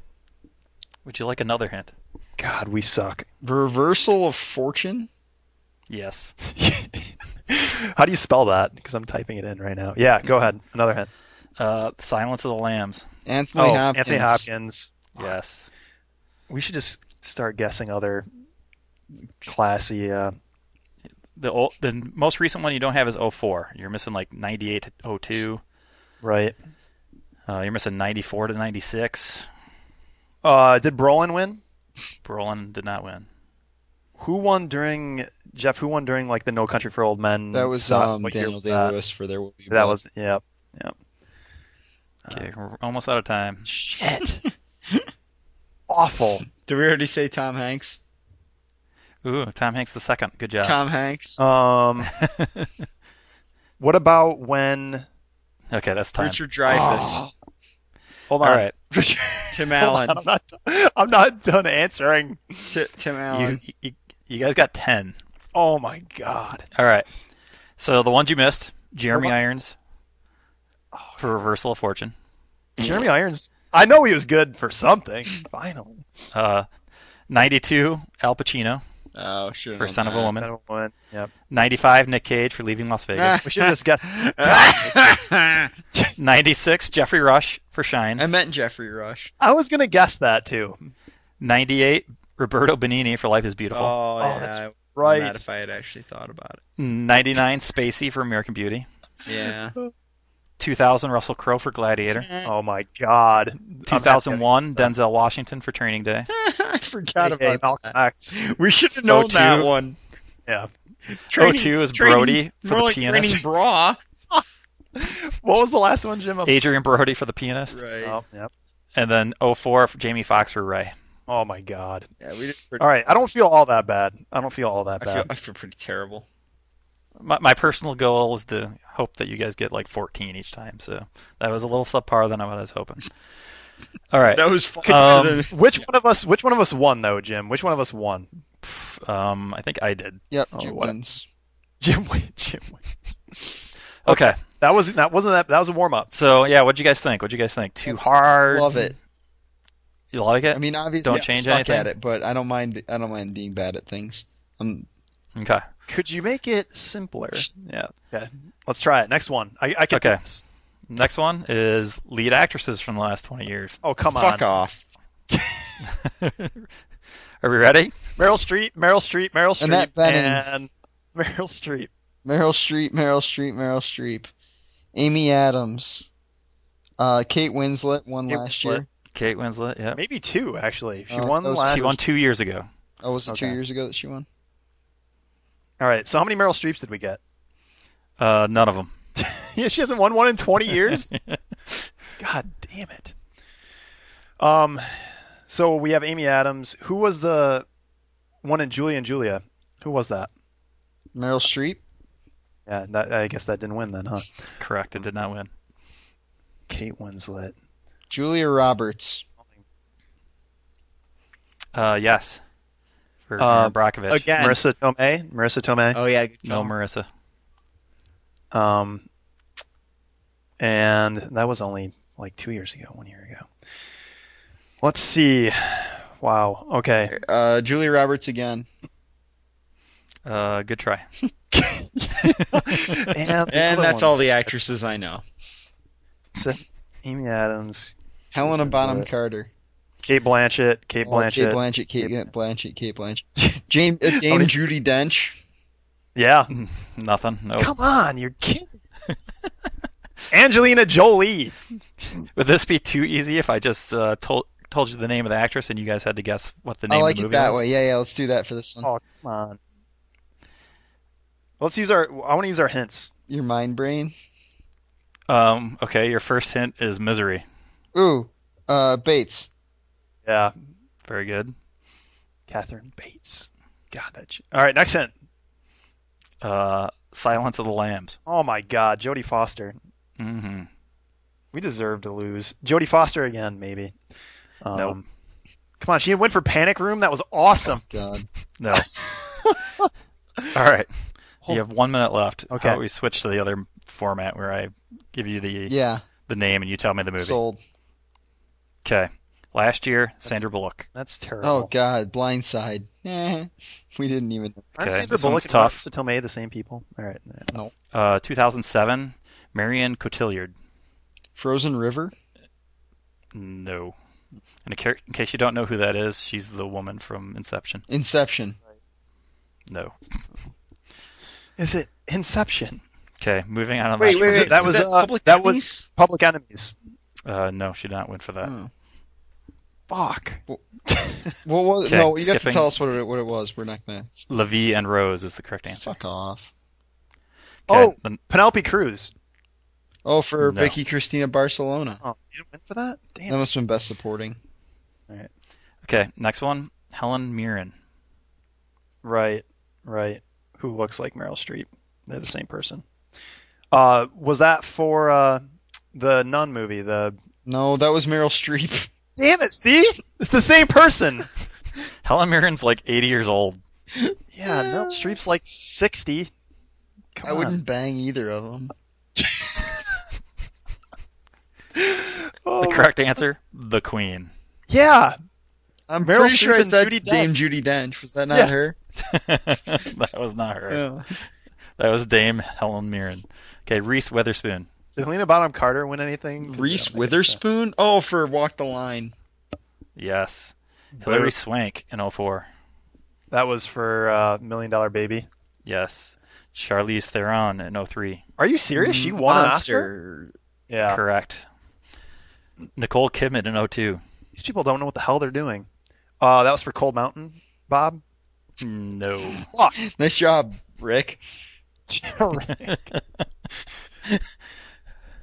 Speaker 2: Would you like another hint?
Speaker 1: God, we suck.
Speaker 3: Reversal of Fortune.
Speaker 2: Yes.
Speaker 1: How do you spell that? Because I'm typing it in right now. Yeah, go ahead. Another hint.
Speaker 2: Uh, Silence of the Lambs.
Speaker 3: Anthony
Speaker 1: Oh,
Speaker 3: Hopkins.
Speaker 1: Anthony Hopkins.
Speaker 2: Yes.
Speaker 1: We should just start guessing other classy. Uh,
Speaker 2: The old, the most recent one you don't have is 04. You're missing like 98 to 02.
Speaker 1: right.
Speaker 2: Uh, you're missing 94 to 96.
Speaker 1: Uh, did Brolin win?
Speaker 2: Brolin did not win.
Speaker 1: Who won during Jeff? Who won during like the No Country for Old Men?
Speaker 3: That was
Speaker 1: stop?
Speaker 3: um,
Speaker 1: What year
Speaker 3: Daniel
Speaker 1: was
Speaker 3: Day
Speaker 1: that?
Speaker 3: Lewis for There Will Be
Speaker 1: That
Speaker 3: Blood.
Speaker 1: was yep.
Speaker 2: Okay, we're almost out of time.
Speaker 1: Shit. awful.
Speaker 3: Did we already say Tom Hanks?
Speaker 2: Ooh, Tom Hanks the second. Good job.
Speaker 3: Tom Hanks.
Speaker 1: Um, what about when?
Speaker 2: okay, that's time.
Speaker 3: Richard Dreyfuss.
Speaker 1: Oh, hold on.
Speaker 2: All right,
Speaker 1: Richard,
Speaker 3: Tim
Speaker 1: hold
Speaker 3: Allen.
Speaker 1: on, I'm, not, I'm not done answering.
Speaker 3: T- Tim
Speaker 2: you,
Speaker 3: Allen.
Speaker 2: you you guys got ten.
Speaker 1: Oh my god.
Speaker 2: All right. So the ones you missed, Jeremy
Speaker 1: Hold on.
Speaker 2: Irons for Reversal of Fortune.
Speaker 1: Jeremy Irons. I know he was good for something. Finally.
Speaker 2: Uh, 92, Al Pacino.
Speaker 3: Oh, should
Speaker 2: For Son of a Woman.
Speaker 1: Son of a woman. Yep.
Speaker 2: 95, Nick Cage for Leaving Las
Speaker 3: Ah.
Speaker 2: Vegas.
Speaker 1: We should have just guessed.
Speaker 3: I
Speaker 2: 96, Jeffrey Rush for Shine.
Speaker 3: meant Jeffrey Rush.
Speaker 1: I was gonna guess that too.
Speaker 2: 98, Roberto Benini for Life is
Speaker 3: Oh,
Speaker 2: Beautiful.
Speaker 3: yeah,
Speaker 1: that's
Speaker 3: I
Speaker 1: right.
Speaker 3: Not if I had actually thought about
Speaker 2: 99, Spacey for American Beauty.
Speaker 3: it. Yeah.
Speaker 2: 2000, Russell Crowe for Gladiator.
Speaker 1: Oh my god. I'm not
Speaker 2: 2001, Denzel Washington for Training Day.
Speaker 3: I
Speaker 1: gonna-
Speaker 3: forgot
Speaker 1: Hey, hey,
Speaker 3: about
Speaker 1: Malcolm
Speaker 3: that.
Speaker 1: X.
Speaker 3: We should have known
Speaker 2: O2.
Speaker 3: that one.
Speaker 1: Yeah.
Speaker 3: Training,
Speaker 2: 02 is
Speaker 3: training-
Speaker 2: Brody for
Speaker 3: more
Speaker 2: The
Speaker 3: like
Speaker 2: Pianist.
Speaker 3: Training bra.
Speaker 1: What was the last one, Jim? I'm
Speaker 2: Adrian Brody for The Pianist.
Speaker 3: Right.
Speaker 1: sorry. Oh, yep.
Speaker 2: And then 04, for Jamie Foxx for Ray.
Speaker 1: oh my god.
Speaker 3: Yeah, we did pretty,
Speaker 1: All right. I don't feel all that bad. I don't feel all that
Speaker 3: I
Speaker 1: bad.
Speaker 3: feel I feel pretty terrible.
Speaker 2: My, my personal goal is to hope that you guys get like 14 each time. So that was a little subpar than what I was hoping. All right.
Speaker 3: That was fucking
Speaker 2: Um,
Speaker 1: Which one of us? Which one of us won though, Jim? Which one of us won?
Speaker 2: Um, I think I did.
Speaker 3: Yep,
Speaker 1: oh,
Speaker 3: Jim
Speaker 1: what-
Speaker 3: wins.
Speaker 1: Jim. win- Jim. win.
Speaker 2: Okay.
Speaker 1: That was that wasn't that that was a warm up.
Speaker 2: So yeah, what'd you guys think? What'd you guys think? Too hard?
Speaker 3: Love it.
Speaker 2: You like it?
Speaker 3: I mean, obviously,
Speaker 2: Don't
Speaker 3: I
Speaker 2: change
Speaker 3: suck
Speaker 2: anything?
Speaker 3: at it, but I don't mind. I don't mind being bad at things. Um, I'm
Speaker 2: okay.
Speaker 1: Could you make it simpler? Yeah. Okay. Let's try it. Next one. I, I can.
Speaker 2: Okay.
Speaker 1: do this.
Speaker 2: Next one is lead actresses from the last 20 years.
Speaker 1: Oh come
Speaker 3: fuck
Speaker 1: on.
Speaker 3: off.
Speaker 2: Are we ready?
Speaker 1: Meryl Streep. Meryl Streep. Meryl Streep.
Speaker 3: Annette Bening.
Speaker 1: And Meryl Streep.
Speaker 3: Meryl Streep, Meryl Streep, Meryl Streep, Amy Adams, uh, Kate Winslet won
Speaker 1: Kate
Speaker 3: last
Speaker 1: Winslet.
Speaker 3: year.
Speaker 2: Kate Winslet. Yeah.
Speaker 1: Maybe two actually. She
Speaker 3: Uh,
Speaker 1: won
Speaker 3: that was-
Speaker 1: last.
Speaker 2: She won two years ago.
Speaker 3: Oh, was it two
Speaker 1: Okay.
Speaker 3: years ago that she won?
Speaker 1: All right. So how many Meryl Streeps did we get?
Speaker 2: Uh, none of them.
Speaker 1: yeah, she hasn't won one in 20 years. God damn it. Um, so we have Amy Adams. Who was the one in Julia and Julia? Who was that?
Speaker 3: Meryl Streep.
Speaker 1: Yeah, that, I guess that didn't win then, huh?
Speaker 2: Correct. It did not win.
Speaker 1: Kate Winslet.
Speaker 3: Julia Roberts.
Speaker 2: Uh, yes. For
Speaker 1: Uh,
Speaker 2: Aaron Brockovich.
Speaker 3: Again.
Speaker 1: Marissa Tomei. Marissa Tomei.
Speaker 3: Oh yeah.
Speaker 2: No, Marissa.
Speaker 1: Um, and that was only like two years ago, one year ago. Let's see. Wow. Okay.
Speaker 3: Uh, Julia Roberts again.
Speaker 2: Uh, good try.
Speaker 1: And,
Speaker 3: And
Speaker 1: other
Speaker 3: that's all
Speaker 1: ones.
Speaker 3: the actresses I know.
Speaker 1: Amy Adams,
Speaker 3: Helena
Speaker 1: Winslet.
Speaker 3: Bonham Carter.
Speaker 1: Kate Blanchett, Kate
Speaker 3: Oh, Kate
Speaker 1: Blanchett.
Speaker 3: Blanchett. Kate Blanchett. Kate Blanchett. Jane, uh,
Speaker 1: How
Speaker 3: Dame
Speaker 1: many-
Speaker 3: Judy Dench.
Speaker 1: yeah.
Speaker 3: Mm-hmm.
Speaker 2: Nothing. No.
Speaker 1: Come on, you're kidding. Angelina Jolie.
Speaker 2: Would this be too easy if I just uh, told told you the name of the actress and you guys had to guess what the name
Speaker 3: I like
Speaker 2: of the
Speaker 3: it
Speaker 2: movie
Speaker 3: that
Speaker 2: was?
Speaker 3: way. Yeah, yeah. Let's do that for this one.
Speaker 1: Oh, come on. Let's use our. I want to use our hints.
Speaker 3: Your mind brain.
Speaker 2: Um, okay, your first hint is misery.
Speaker 3: Ooh. Uh, Bates.
Speaker 1: Yeah.
Speaker 2: Very good.
Speaker 1: Catherine Bates. God, that. ch- All right, next hint.
Speaker 2: Uh, Silence of the Lambs.
Speaker 1: Oh my God, Jodie Foster.
Speaker 2: hmm
Speaker 1: We deserve to lose. Jodie Foster again, maybe. Um,
Speaker 2: Nope.
Speaker 1: Come on, she went for Panic Room. That was awesome.
Speaker 3: God.
Speaker 2: No. All right.
Speaker 1: Hold-
Speaker 2: You have one minute left. How
Speaker 1: Okay.
Speaker 2: about we switch to the other format where I give you the
Speaker 3: Yeah.
Speaker 2: the name and you tell me the movie?
Speaker 3: Sold.
Speaker 2: Okay. Last year, Sandra Bullock.
Speaker 1: That's terrible.
Speaker 3: Oh God. Blindside. Eh, we didn't even.
Speaker 1: Aren't
Speaker 2: okay,
Speaker 1: Sandra
Speaker 2: this
Speaker 1: Bullock
Speaker 2: one's
Speaker 1: and
Speaker 2: tough.
Speaker 1: Marissa Tomei the same people? All right.
Speaker 2: Uh, 2007, Marion Cotillard.
Speaker 3: Frozen River.
Speaker 2: No. And in ca- in case you don't know who that is, she's the woman from Inception.
Speaker 3: Inception.
Speaker 2: No.
Speaker 1: Is it Inception?
Speaker 2: Okay, moving on. to the
Speaker 3: Wait,
Speaker 2: last
Speaker 3: wait,
Speaker 2: one.
Speaker 1: Was it- that was,
Speaker 3: was that
Speaker 1: uh,
Speaker 3: Public
Speaker 1: that was
Speaker 3: Enemies?
Speaker 1: Public Enemies.
Speaker 2: Uh, no, she did not win for that.
Speaker 3: Oh.
Speaker 1: Fuck.
Speaker 3: What was?
Speaker 2: Okay,
Speaker 3: no, you have to
Speaker 2: skipping.
Speaker 3: tell us what it, what it was. We're not gonna.
Speaker 2: Levy and Rose is the correct answer.
Speaker 3: Fuck off.
Speaker 1: Oh.
Speaker 2: Okay, the-
Speaker 1: Penelope Cruz.
Speaker 3: Oh, for
Speaker 2: No.
Speaker 3: Vicky Cristina Barcelona.
Speaker 1: Oh, you didn't win for that? Damn.
Speaker 3: That must have been best supporting.
Speaker 2: Okay, next one, Helen Mirren.
Speaker 1: Right, right. Who looks like Meryl Streep? They're the same person. Uh, was that for uh, the Nun movie? The
Speaker 3: No, that was Meryl Streep.
Speaker 1: damn it, see, it's the same person.
Speaker 2: Helen Mirren's like 80 years old.
Speaker 1: Yeah, Meryl Streep's like sixty. Come
Speaker 3: I
Speaker 1: on.
Speaker 3: wouldn't bang either of them.
Speaker 1: Oh,
Speaker 3: Oh.
Speaker 2: The correct answer, The Queen.
Speaker 1: yeah,
Speaker 3: I'm
Speaker 1: Meryl
Speaker 3: pretty sure
Speaker 1: Streep
Speaker 3: I
Speaker 1: and
Speaker 3: said
Speaker 1: Judi Dench.
Speaker 3: Dame Judy Dench. Was that not
Speaker 1: Yeah.
Speaker 3: her?
Speaker 2: that was not her. That was Dame Helen Mirren. Okay, Reese Witherspoon.
Speaker 1: Did Helena Bonham Carter win anything? 'Cause I don't
Speaker 3: Reese
Speaker 1: think so.
Speaker 3: Witherspoon? Oh, for Walk the Line.
Speaker 2: Yes. Hilary
Speaker 1: Boo.
Speaker 2: Swank in 04.
Speaker 1: That was for uh, Million Dollar Baby.
Speaker 2: Yes. Charlize Theron in 03.
Speaker 1: Are you serious?
Speaker 3: Mm,
Speaker 1: She won an Oscar?
Speaker 3: Monster.
Speaker 1: Yeah.
Speaker 2: Correct. Nicole Kidman in 02.
Speaker 1: These people don't know what the hell they're doing. Uh, that was for Cold Mountain, Bob.
Speaker 2: No.
Speaker 1: Fuck.
Speaker 3: Nice job, Rick.
Speaker 1: oh,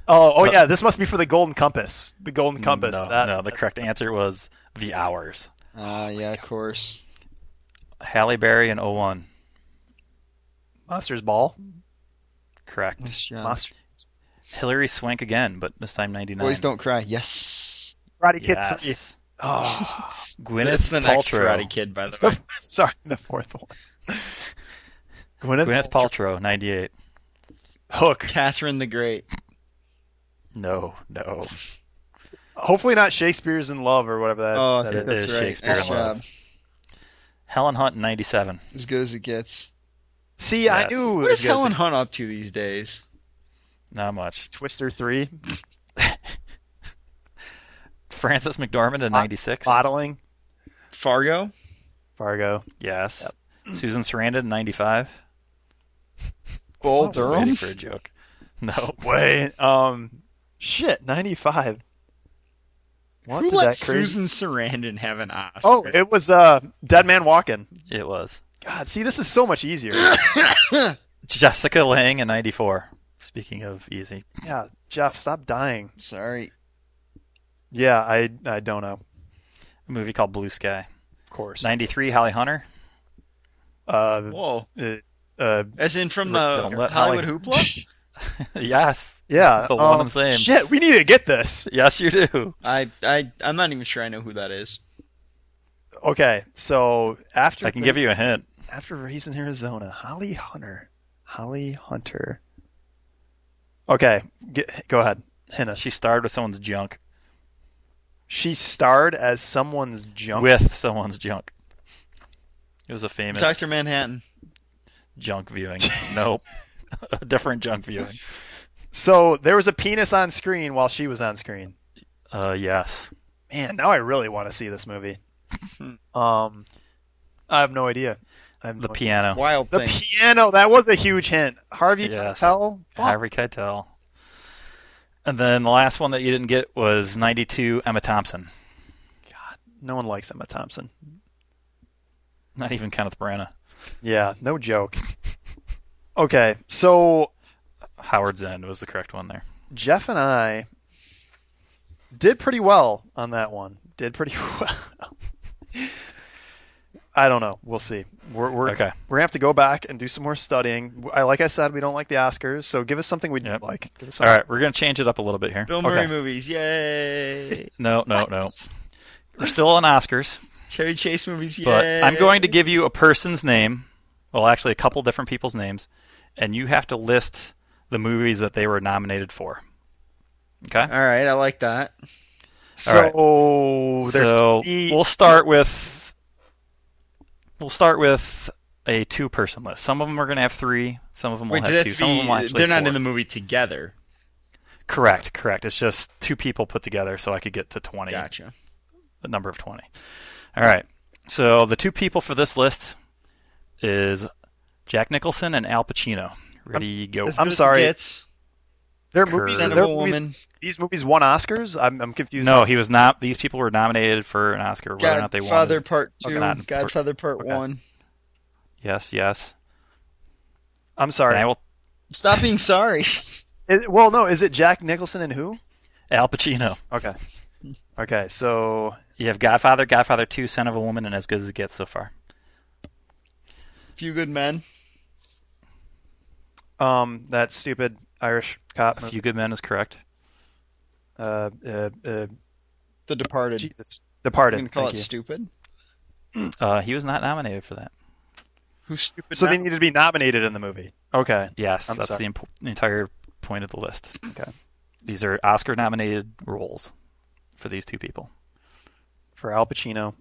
Speaker 1: oh yeah. This must be for the Golden Compass. The Golden Compass.
Speaker 2: Mm, No,
Speaker 1: that,
Speaker 2: no, the correct answer was The Hours.
Speaker 1: Oh
Speaker 3: Ah, yeah, of course.
Speaker 2: Halle Berry in 01.
Speaker 1: Monsters Ball.
Speaker 2: Correct.
Speaker 1: Mm.
Speaker 3: Nice job.
Speaker 1: Monster.
Speaker 2: Hilary Swank again, but this time 99.
Speaker 3: Boys don't cry. Yes.
Speaker 1: Karate Kid three.
Speaker 2: Yes.
Speaker 1: Oh,
Speaker 2: Gwyneth
Speaker 3: That's the next
Speaker 2: Paltrow.
Speaker 3: Karate Kid, by the way.
Speaker 1: sorry, the fourth one. Gwyneth,
Speaker 2: Gwyneth Paltrow, 98.
Speaker 1: Hook.
Speaker 3: Catherine the Great.
Speaker 2: No, no.
Speaker 1: Hopefully not Shakespeare's in Love or whatever that,
Speaker 3: Oh,
Speaker 1: that
Speaker 2: it
Speaker 1: is.
Speaker 2: is
Speaker 3: that's right.
Speaker 2: Shakespeare
Speaker 3: Nice
Speaker 2: in Love.
Speaker 3: job.
Speaker 2: Helen Hunt, 97.
Speaker 3: As good as it gets.
Speaker 1: See, I
Speaker 2: Yes.
Speaker 1: knew.
Speaker 3: What is
Speaker 1: it was
Speaker 3: Helen Hunt up to these days?
Speaker 2: Not much.
Speaker 1: Twister three
Speaker 2: Frances McDormand in
Speaker 1: Mo-
Speaker 2: 96.
Speaker 1: modeling
Speaker 3: Fargo?
Speaker 1: Fargo.
Speaker 2: Yes. Susan Sarandon in 95.
Speaker 3: Bull
Speaker 1: Oh,
Speaker 2: Just waiting
Speaker 3: Durham?
Speaker 2: for a joke. No.
Speaker 1: Wait, um, shit, ninety five. What
Speaker 3: Who
Speaker 1: did
Speaker 3: let
Speaker 1: that crazy?
Speaker 3: Susan Sarandon have an Oscar?
Speaker 1: Oh, it was uh, Dead Man Walking.
Speaker 2: It was.
Speaker 1: God, see, this is so much easier.
Speaker 2: Jessica Lange in 94. Speaking of easy.
Speaker 1: yeah, Jeff, stop dying.
Speaker 3: Sorry.
Speaker 1: Yeah, I I don't know.
Speaker 2: A movie called Blue Sky.
Speaker 1: Of course.
Speaker 2: 93, Holly Hunter.
Speaker 1: Uh,
Speaker 3: Whoa.
Speaker 1: uh, uh,
Speaker 3: As in from
Speaker 2: Rick,
Speaker 3: the
Speaker 2: don't let
Speaker 3: Hollywood
Speaker 2: Holly-
Speaker 3: Hoopla?
Speaker 2: yes.
Speaker 1: yeah.
Speaker 2: The one
Speaker 1: um,
Speaker 2: and same.
Speaker 1: Shit, we need to get this.
Speaker 2: Yes, you do.
Speaker 3: I, I, I'm not even sure I know who that is.
Speaker 1: Okay, so after
Speaker 2: I can give you a hint.
Speaker 1: after raising Arizona, Holly Hunter, Holly Hunter. Okay, get, go ahead. Hint us.
Speaker 2: She starred with someone's junk.
Speaker 1: She starred as someone's
Speaker 3: Oh.
Speaker 1: junk.
Speaker 2: With someone's junk. It was a famous
Speaker 3: Dr. Manhattan.
Speaker 2: junk viewing. nope. a different junk viewing.
Speaker 1: So there was a penis on screen while she was on screen.
Speaker 2: Uh, yes.
Speaker 1: Man, now I really want to see this movie. um, I have no idea. I have
Speaker 2: Hmm. The
Speaker 1: no
Speaker 2: piano.
Speaker 3: Wild
Speaker 1: The
Speaker 3: Thing.
Speaker 1: piano. That was a huge hint. Harvey
Speaker 2: Yes.
Speaker 1: Keitel. Fuck.
Speaker 2: Harvey Keitel. And then the last one that you didn't get was 92 Emma Thompson.
Speaker 1: No one likes Emma Thompson.
Speaker 2: Not even Kenneth Branagh.
Speaker 1: Yeah, no joke. Okay, so
Speaker 2: Howard's End was the correct one there.
Speaker 1: Jeff and I did pretty well on that one. Did pretty well. I don't know. We'll see. We're we're
Speaker 2: Okay.
Speaker 1: we're gonna have to go back and do some more studying. I like I said, we don't like the Oscars, so give us something we
Speaker 2: Yep.
Speaker 1: do like. Give us
Speaker 2: All
Speaker 1: something-
Speaker 2: right, we're going to change it up a little bit here.
Speaker 3: Bill Murray
Speaker 1: Okay.
Speaker 3: movies. Yay.
Speaker 2: No, no, no. We're still on Oscars,
Speaker 3: Chevy Chase movies. Yay.
Speaker 2: but I'm going to give you a person's name. Well, actually, a couple different people's names, and you have to list the movies that they were nominated for. Okay.
Speaker 3: All right, I like that.
Speaker 1: So there's e-,
Speaker 2: so
Speaker 1: three-
Speaker 2: we'll start with we'll start with a two-person list. Some of them are going to have three. Some of them will
Speaker 3: Wait, did
Speaker 2: have
Speaker 3: that
Speaker 2: two.
Speaker 3: have to
Speaker 2: Some of them will
Speaker 3: be?
Speaker 2: actually
Speaker 3: They're not
Speaker 2: four.
Speaker 3: in the movie together.
Speaker 2: Correct, correct. It's just two people put together, so I could get to twenty.
Speaker 3: Gotcha.
Speaker 2: the number of 20. All right. So the two people for this list is Jack Nicholson and Al Pacino. Ready, go.
Speaker 3: As
Speaker 1: I'm
Speaker 3: good as it
Speaker 1: sorry.
Speaker 3: Gets,
Speaker 1: their movies.
Speaker 2: Curve.
Speaker 3: Son of
Speaker 1: Their
Speaker 3: a
Speaker 1: movies
Speaker 3: woman.
Speaker 1: these movies won Oscars. I'm I'm confused.
Speaker 2: No, he was not. These people were nominated for an Oscar, whether or not they won.
Speaker 3: Godfather
Speaker 2: is-
Speaker 3: Part
Speaker 2: Okay,
Speaker 3: Two.
Speaker 2: not-
Speaker 3: Godfather Part
Speaker 2: okay.
Speaker 3: One.
Speaker 2: Yes, yes.
Speaker 1: I'm
Speaker 2: And I
Speaker 1: sorry.
Speaker 2: will.
Speaker 3: Stop being sorry.
Speaker 1: Is- well, no, is it Jack Nicholson and who?
Speaker 2: Al Pacino.
Speaker 1: Okay. Okay, so
Speaker 2: You have Godfather, Godfather Two, Son of a Woman, and As Good as It Gets so far.
Speaker 3: Few Good Men.
Speaker 1: um, that stupid Irish
Speaker 2: A
Speaker 1: cop.
Speaker 2: Few Good Men is correct.
Speaker 1: Uh, uh, uh,
Speaker 3: The Departed.
Speaker 1: Jesus,
Speaker 3: I'm
Speaker 1: Departed.
Speaker 3: gonna call
Speaker 1: thank
Speaker 3: it
Speaker 1: you.
Speaker 3: stupid.
Speaker 2: Uh, he was not nominated for that.
Speaker 3: Who's stupid?
Speaker 1: So
Speaker 3: now?
Speaker 1: they needed to be nominated in the movie. Okay.
Speaker 2: Yes,
Speaker 1: I'm
Speaker 2: that's
Speaker 1: sorry.
Speaker 2: the imp- entire point of the list.
Speaker 1: Okay.
Speaker 2: These are Oscar-nominated roles for these two people
Speaker 1: For Al Pacino,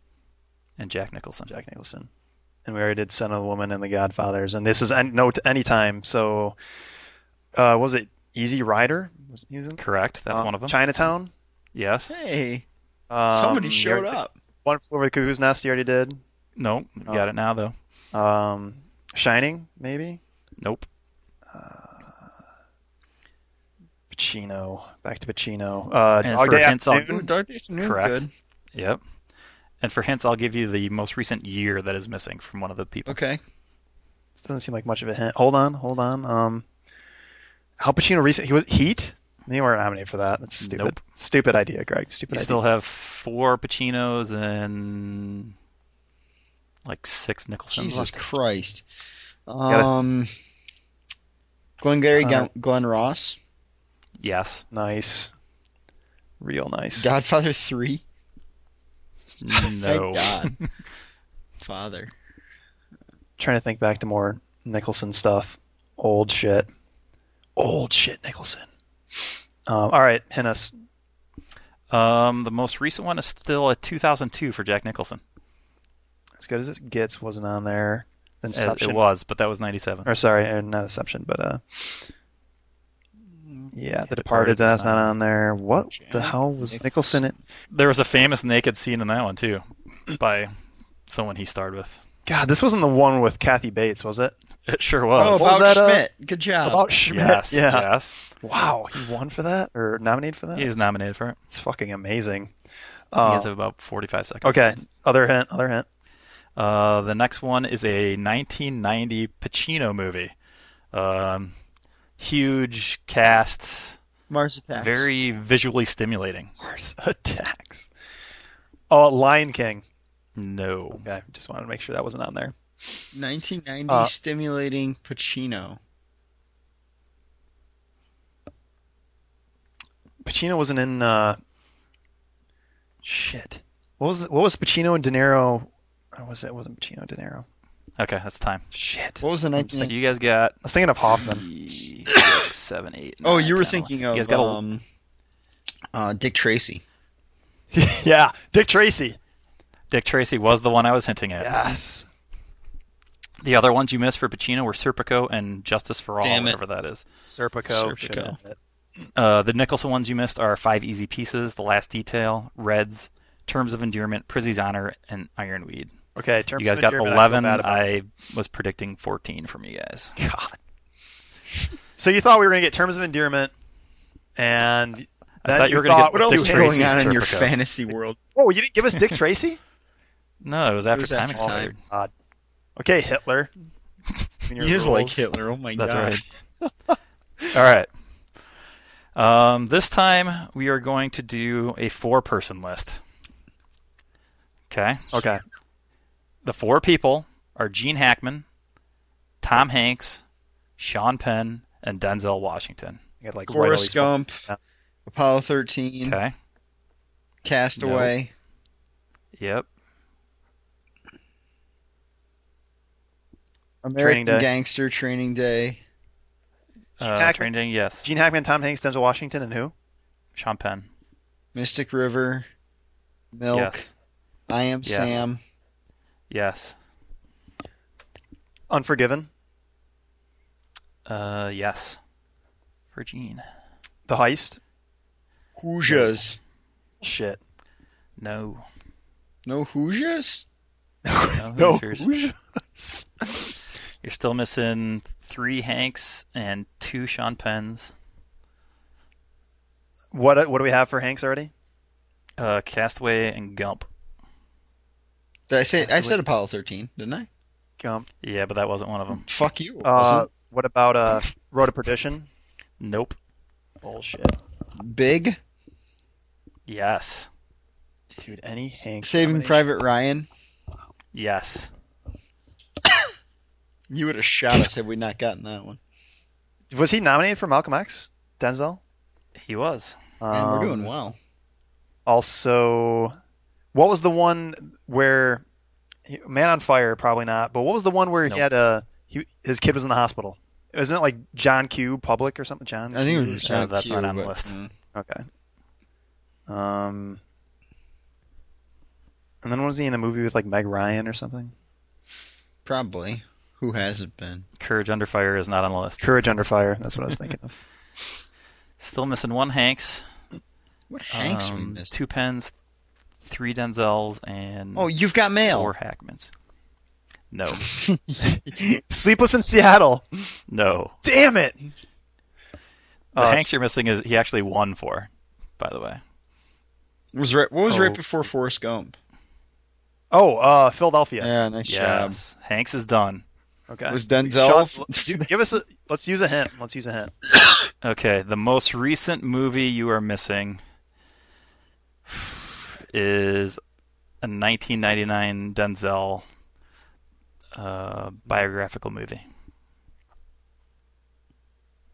Speaker 2: and Jack Nicholson.
Speaker 1: Jack Nicholson, and we already did Son of the Woman and The Godfathers, and this is an- no t- any time. So, uh, what was it Easy Rider? Was he was in?
Speaker 2: Correct. That's
Speaker 1: Uh,
Speaker 2: one of them.
Speaker 1: Chinatown.
Speaker 2: Yes.
Speaker 3: Hey,
Speaker 1: Um,
Speaker 3: somebody
Speaker 1: you
Speaker 3: showed
Speaker 1: already-
Speaker 3: up.
Speaker 1: One flew over the cuckoo's nest. You already did.
Speaker 2: No, you
Speaker 3: Oh.
Speaker 2: got it now though.
Speaker 1: Um, Shining, maybe.
Speaker 2: Nope.
Speaker 1: Pacino. Back to Pacino. Uh,
Speaker 2: And
Speaker 1: Dog
Speaker 2: for
Speaker 1: Day
Speaker 2: hints on-
Speaker 1: Afternoon.
Speaker 3: Ooh, Dark Days of the Moon's
Speaker 2: Correct.
Speaker 3: good.
Speaker 2: Yep. And for hints, I'll give you the most recent year that is missing from one of the people.
Speaker 3: Okay.
Speaker 1: Doesn't seem like much of a hint. Hold on, hold on. Um, Al Pacino recent he was Heat. They weren't nominated for that. That's stupid.
Speaker 2: Nope.
Speaker 1: Stupid idea, Greg. Stupid
Speaker 2: You
Speaker 1: idea.
Speaker 2: still have four Pacinos and like six Nicholsons.
Speaker 3: Jesus
Speaker 2: left.
Speaker 3: Christ.
Speaker 1: Gotta-
Speaker 3: Um, Glengarry
Speaker 1: Uh,
Speaker 3: Glen Glenn Ross,
Speaker 2: Yes.
Speaker 1: Nice. Real nice.
Speaker 3: Godfather Three.
Speaker 2: No.
Speaker 3: Thank God. Father.
Speaker 1: Trying to think back to more Nicholson stuff. Old shit. Old shit, Nicholson. Um, all right, hint us.
Speaker 2: um, the most recent one is still a 2002 for Jack Nicholson.
Speaker 1: As good as it gets wasn't on there.
Speaker 2: As
Speaker 1: Inception.
Speaker 2: It was, but that was 97.
Speaker 1: Or sorry, uh, not Inception, but uh, yeah, The
Speaker 2: Mm, Departed
Speaker 1: Departed. That's
Speaker 2: is
Speaker 1: not on there. What the
Speaker 3: Jack
Speaker 1: hell was Nicholson? in?
Speaker 2: There was a famous naked scene in that one too, by someone he starred with.
Speaker 1: God, this wasn't the one with Kathy Bates, was it?
Speaker 2: It sure
Speaker 3: Oh,
Speaker 2: was.
Speaker 1: what was
Speaker 3: about
Speaker 1: that, uh,
Speaker 3: Schmidt. Good job.
Speaker 1: About Schmidt.
Speaker 2: yes.
Speaker 1: yeah.
Speaker 2: Yes.
Speaker 1: Wow, he won for that or nominated for that.
Speaker 2: He was nominated for it.
Speaker 1: It's fucking amazing.
Speaker 2: He
Speaker 1: Uh,
Speaker 3: Oh.
Speaker 2: has about 45 seconds.
Speaker 1: okay, other hint. Other hint.
Speaker 2: Uh, the next one is a 1990 Pacino movie. Um, huge cast,
Speaker 3: Mars Attacks.
Speaker 2: very visually stimulating.
Speaker 1: Mars attacks. Oh, Lion King.
Speaker 2: No.
Speaker 1: Okay, just wanted to make sure that wasn't on there.
Speaker 3: 1990
Speaker 1: Uh,
Speaker 3: stimulating Pacino.
Speaker 1: Pacino wasn't in. Uh... Shit. What was the, what was Pacino and De Niro? Or was it? it wasn't Pacino De Niro?
Speaker 2: Okay, that's time.
Speaker 1: Shit. I
Speaker 3: What was the
Speaker 2: So
Speaker 3: 1990?
Speaker 2: you guys got
Speaker 1: was thinking of Hoffman.
Speaker 2: three, six, seven, eight.
Speaker 3: Um, Oh,
Speaker 2: nine,
Speaker 3: you were
Speaker 2: 10,
Speaker 3: thinking
Speaker 2: 11.
Speaker 3: of
Speaker 2: You guys got a-
Speaker 3: um, uh, Dick Tracy.
Speaker 1: yeah, Dick Tracy.
Speaker 2: Dick Tracy was the one I was hinting at.
Speaker 1: Yes.
Speaker 2: The other ones you missed for Pacino were Serpico and Justice for All,
Speaker 3: Damn it.
Speaker 2: whatever that is.
Speaker 1: Serpico.
Speaker 3: Serpico.
Speaker 1: should've had it.
Speaker 2: Uh, the Nicholson ones you missed are Five Easy Pieces, The Last Detail, Reds, Terms of Endearment, Prissy's Honor, and Ironweed.
Speaker 1: Okay, terms
Speaker 2: you guys
Speaker 1: of
Speaker 2: got
Speaker 1: endearment, I feel
Speaker 2: 11.
Speaker 1: bad about.
Speaker 2: I was predicting 14 from you guys.
Speaker 1: God. So you thought we were gonna get terms of endearment, and then
Speaker 2: I thought you were gonna
Speaker 1: thought,
Speaker 2: get
Speaker 1: what
Speaker 2: Dick
Speaker 1: else
Speaker 3: What's
Speaker 1: is
Speaker 2: Tracy.
Speaker 1: going
Speaker 3: going on in your
Speaker 2: Serpico.
Speaker 3: fantasy world?
Speaker 1: Oh, you didn't give us Dick Tracy.
Speaker 2: No, it was after
Speaker 3: was
Speaker 2: time
Speaker 3: after time.
Speaker 2: expired.
Speaker 1: God. Okay, Hitler. In your
Speaker 3: He is like
Speaker 1: rules.
Speaker 3: Hitler. Oh my
Speaker 2: That's
Speaker 3: god.
Speaker 2: right. All right. Um, this time we are going to do a four-person list. Okay.
Speaker 1: Okay.
Speaker 2: The four people are Gene Hackman, Tom Hanks, Sean Penn, and Denzel Washington.
Speaker 1: You got, like, right all
Speaker 3: Forrest
Speaker 1: these-
Speaker 3: Gump,
Speaker 1: Yeah.
Speaker 3: Apollo 13,
Speaker 2: Okay.
Speaker 3: Castaway.
Speaker 2: Yep.
Speaker 3: American
Speaker 1: Training Day.
Speaker 3: Gangster Training Day.
Speaker 2: Uh,
Speaker 1: Hackman.
Speaker 2: training, yes.
Speaker 1: Gene Hackman, Tom Hanks, Denzel Washington, and who?
Speaker 2: Sean Penn.
Speaker 3: Mystic River, Milk,
Speaker 2: Yes.
Speaker 3: I Am
Speaker 2: Yes.
Speaker 3: Sam,
Speaker 2: Yes.
Speaker 1: Unforgiven,
Speaker 2: Uh, yes. For Gene.
Speaker 1: The Heist.
Speaker 3: Hoosiers.
Speaker 1: Shit.
Speaker 2: No.
Speaker 3: No Hoosiers?
Speaker 2: No.
Speaker 1: No.
Speaker 2: Hoosiers.
Speaker 1: Hoosiers.
Speaker 2: You're still missing three Hanks and two Sean Penns.
Speaker 1: What what do we have for Hanks already?
Speaker 2: Uh, Castaway and Gump.
Speaker 3: Did I say I said Apollo 13, didn't I?
Speaker 1: Gump.
Speaker 2: Yeah, but that wasn't one of them.
Speaker 3: Fuck you. it
Speaker 1: Uh,
Speaker 3: wasn't.
Speaker 1: what about uh, Road to Perdition?
Speaker 2: Nope.
Speaker 1: Bullshit.
Speaker 3: Big
Speaker 2: Yes.
Speaker 1: Dude, any Hank.
Speaker 3: Saving
Speaker 1: nomination-
Speaker 3: Private Ryan.
Speaker 2: Yes.
Speaker 3: You would have shot us had we not gotten that one.
Speaker 1: Was he nominated for Malcolm X? Denzel.
Speaker 2: He was.
Speaker 3: And
Speaker 1: Um,
Speaker 3: we're doing well.
Speaker 1: Also, what was the one where Man on Fire? Probably not. But what was the one where
Speaker 3: Nope.
Speaker 1: he had a he, his kid was in the hospital? Isn't it like John Q. Public or something? John.
Speaker 3: I think it was just
Speaker 2: Yeah,
Speaker 3: John
Speaker 2: mm, uh, that's
Speaker 3: Q,
Speaker 2: not on the
Speaker 3: but,
Speaker 2: list.
Speaker 3: mm.
Speaker 1: Okay. Um. And then was he in a movie with like Meg Ryan or something?
Speaker 3: probably. Who hasn't been?
Speaker 2: Courage Under Fire is not on the list.
Speaker 1: Courage Under Fire. That's what I was thinking of.
Speaker 2: Still missing one Hanks.
Speaker 3: What Hanks we
Speaker 2: um,
Speaker 3: missed?
Speaker 2: Two Pens, three Denzels, and
Speaker 3: Oh, you've got mail.
Speaker 2: four Hackmans. No.
Speaker 1: Sleepless in Seattle.
Speaker 2: No.
Speaker 1: Damn it.
Speaker 2: The
Speaker 1: Uh,
Speaker 2: Hanks you're missing is he actually won for, by the way.
Speaker 3: Was right, what was right
Speaker 1: Oh.
Speaker 3: before Forrest Gump?
Speaker 1: Oh, uh, Philadelphia.
Speaker 3: Yeah, nice job.
Speaker 2: Yes. Hanks is done.
Speaker 1: Okay.
Speaker 3: Was Denzel?
Speaker 1: Sean, dude, give us a. Let's use a hint. Let's use a hint.
Speaker 2: Okay, the most recent movie you are missing is a 1999 Denzel uh, biographical movie.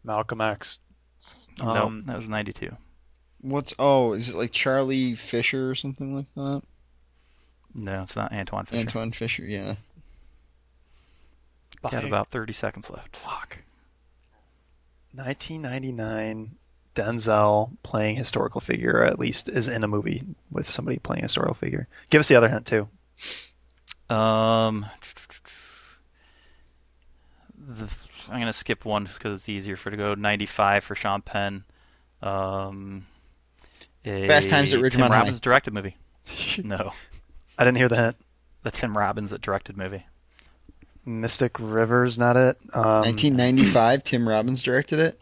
Speaker 1: Malcolm X.
Speaker 2: no,
Speaker 1: Um,
Speaker 2: that was 92.
Speaker 3: What's oh? Is it like Charlie Fisher or something like that?
Speaker 2: No, it's not Antoine Fisher.
Speaker 3: Antoine Fisher, yeah.
Speaker 2: Got about 30 seconds left.
Speaker 1: Fuck. 1999. Denzel playing historical figure, or at least is in a movie with somebody playing a historical figure. Give us the other hint too.
Speaker 2: Um, the, I'm gonna skip one just because it's easier for to go 95 for Sean Penn. Um, a
Speaker 3: Fast Times at
Speaker 2: Tim
Speaker 3: Ridgemont High.
Speaker 2: Robbins directed movie. No,
Speaker 1: I didn't hear the hint.
Speaker 2: the Tim Robbins that directed movie.
Speaker 1: Mystic River's not it. Um,
Speaker 3: 1995. Tim Robbins directed it.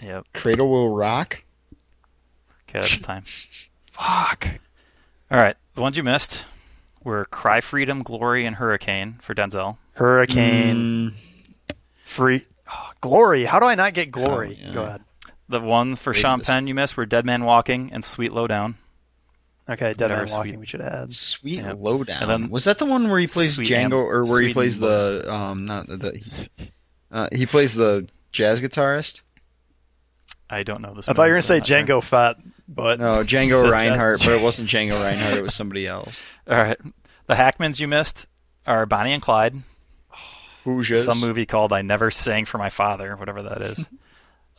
Speaker 2: Yep.
Speaker 3: Cradle Will Rock.
Speaker 2: Okay, that's time.
Speaker 1: Fuck.
Speaker 2: All right, the ones you missed were "Cry Freedom," "Glory," and "Hurricane" for Denzel.
Speaker 1: Hurricane.
Speaker 3: Mm,
Speaker 1: Free. oh, glory. How do I not get glory?
Speaker 3: Oh, yeah.
Speaker 1: Go ahead.
Speaker 2: The one for Sean
Speaker 3: Racist.
Speaker 2: Penn you missed were "Dead Man Walking" and "Sweet Lowdown."
Speaker 1: Okay, Dead
Speaker 2: Never
Speaker 1: Man Walking.
Speaker 2: sweet.
Speaker 1: We should add.
Speaker 3: Sweet
Speaker 2: Yeah.
Speaker 3: Lowdown.
Speaker 2: And then-
Speaker 3: was that the one where he plays
Speaker 2: Sweet
Speaker 3: Django,
Speaker 2: Am-
Speaker 3: or where he
Speaker 2: Sweet
Speaker 3: plays
Speaker 2: and
Speaker 3: the um not the- the uh, he plays the jazz guitarist?
Speaker 2: I don't know this.
Speaker 1: I thought you were
Speaker 2: movie,
Speaker 1: gonna
Speaker 2: so
Speaker 1: say
Speaker 2: I'm not sure.
Speaker 1: Django Fat, but
Speaker 3: No,
Speaker 1: Said
Speaker 3: Django
Speaker 1: that's-
Speaker 3: Reinhardt, but it wasn't Django Reinhardt. It was somebody else.
Speaker 2: All right, the Hackmans you missed are Bonnie and Clyde.
Speaker 3: Who's
Speaker 2: some movie called "I Never Sang for My Father," whatever that is.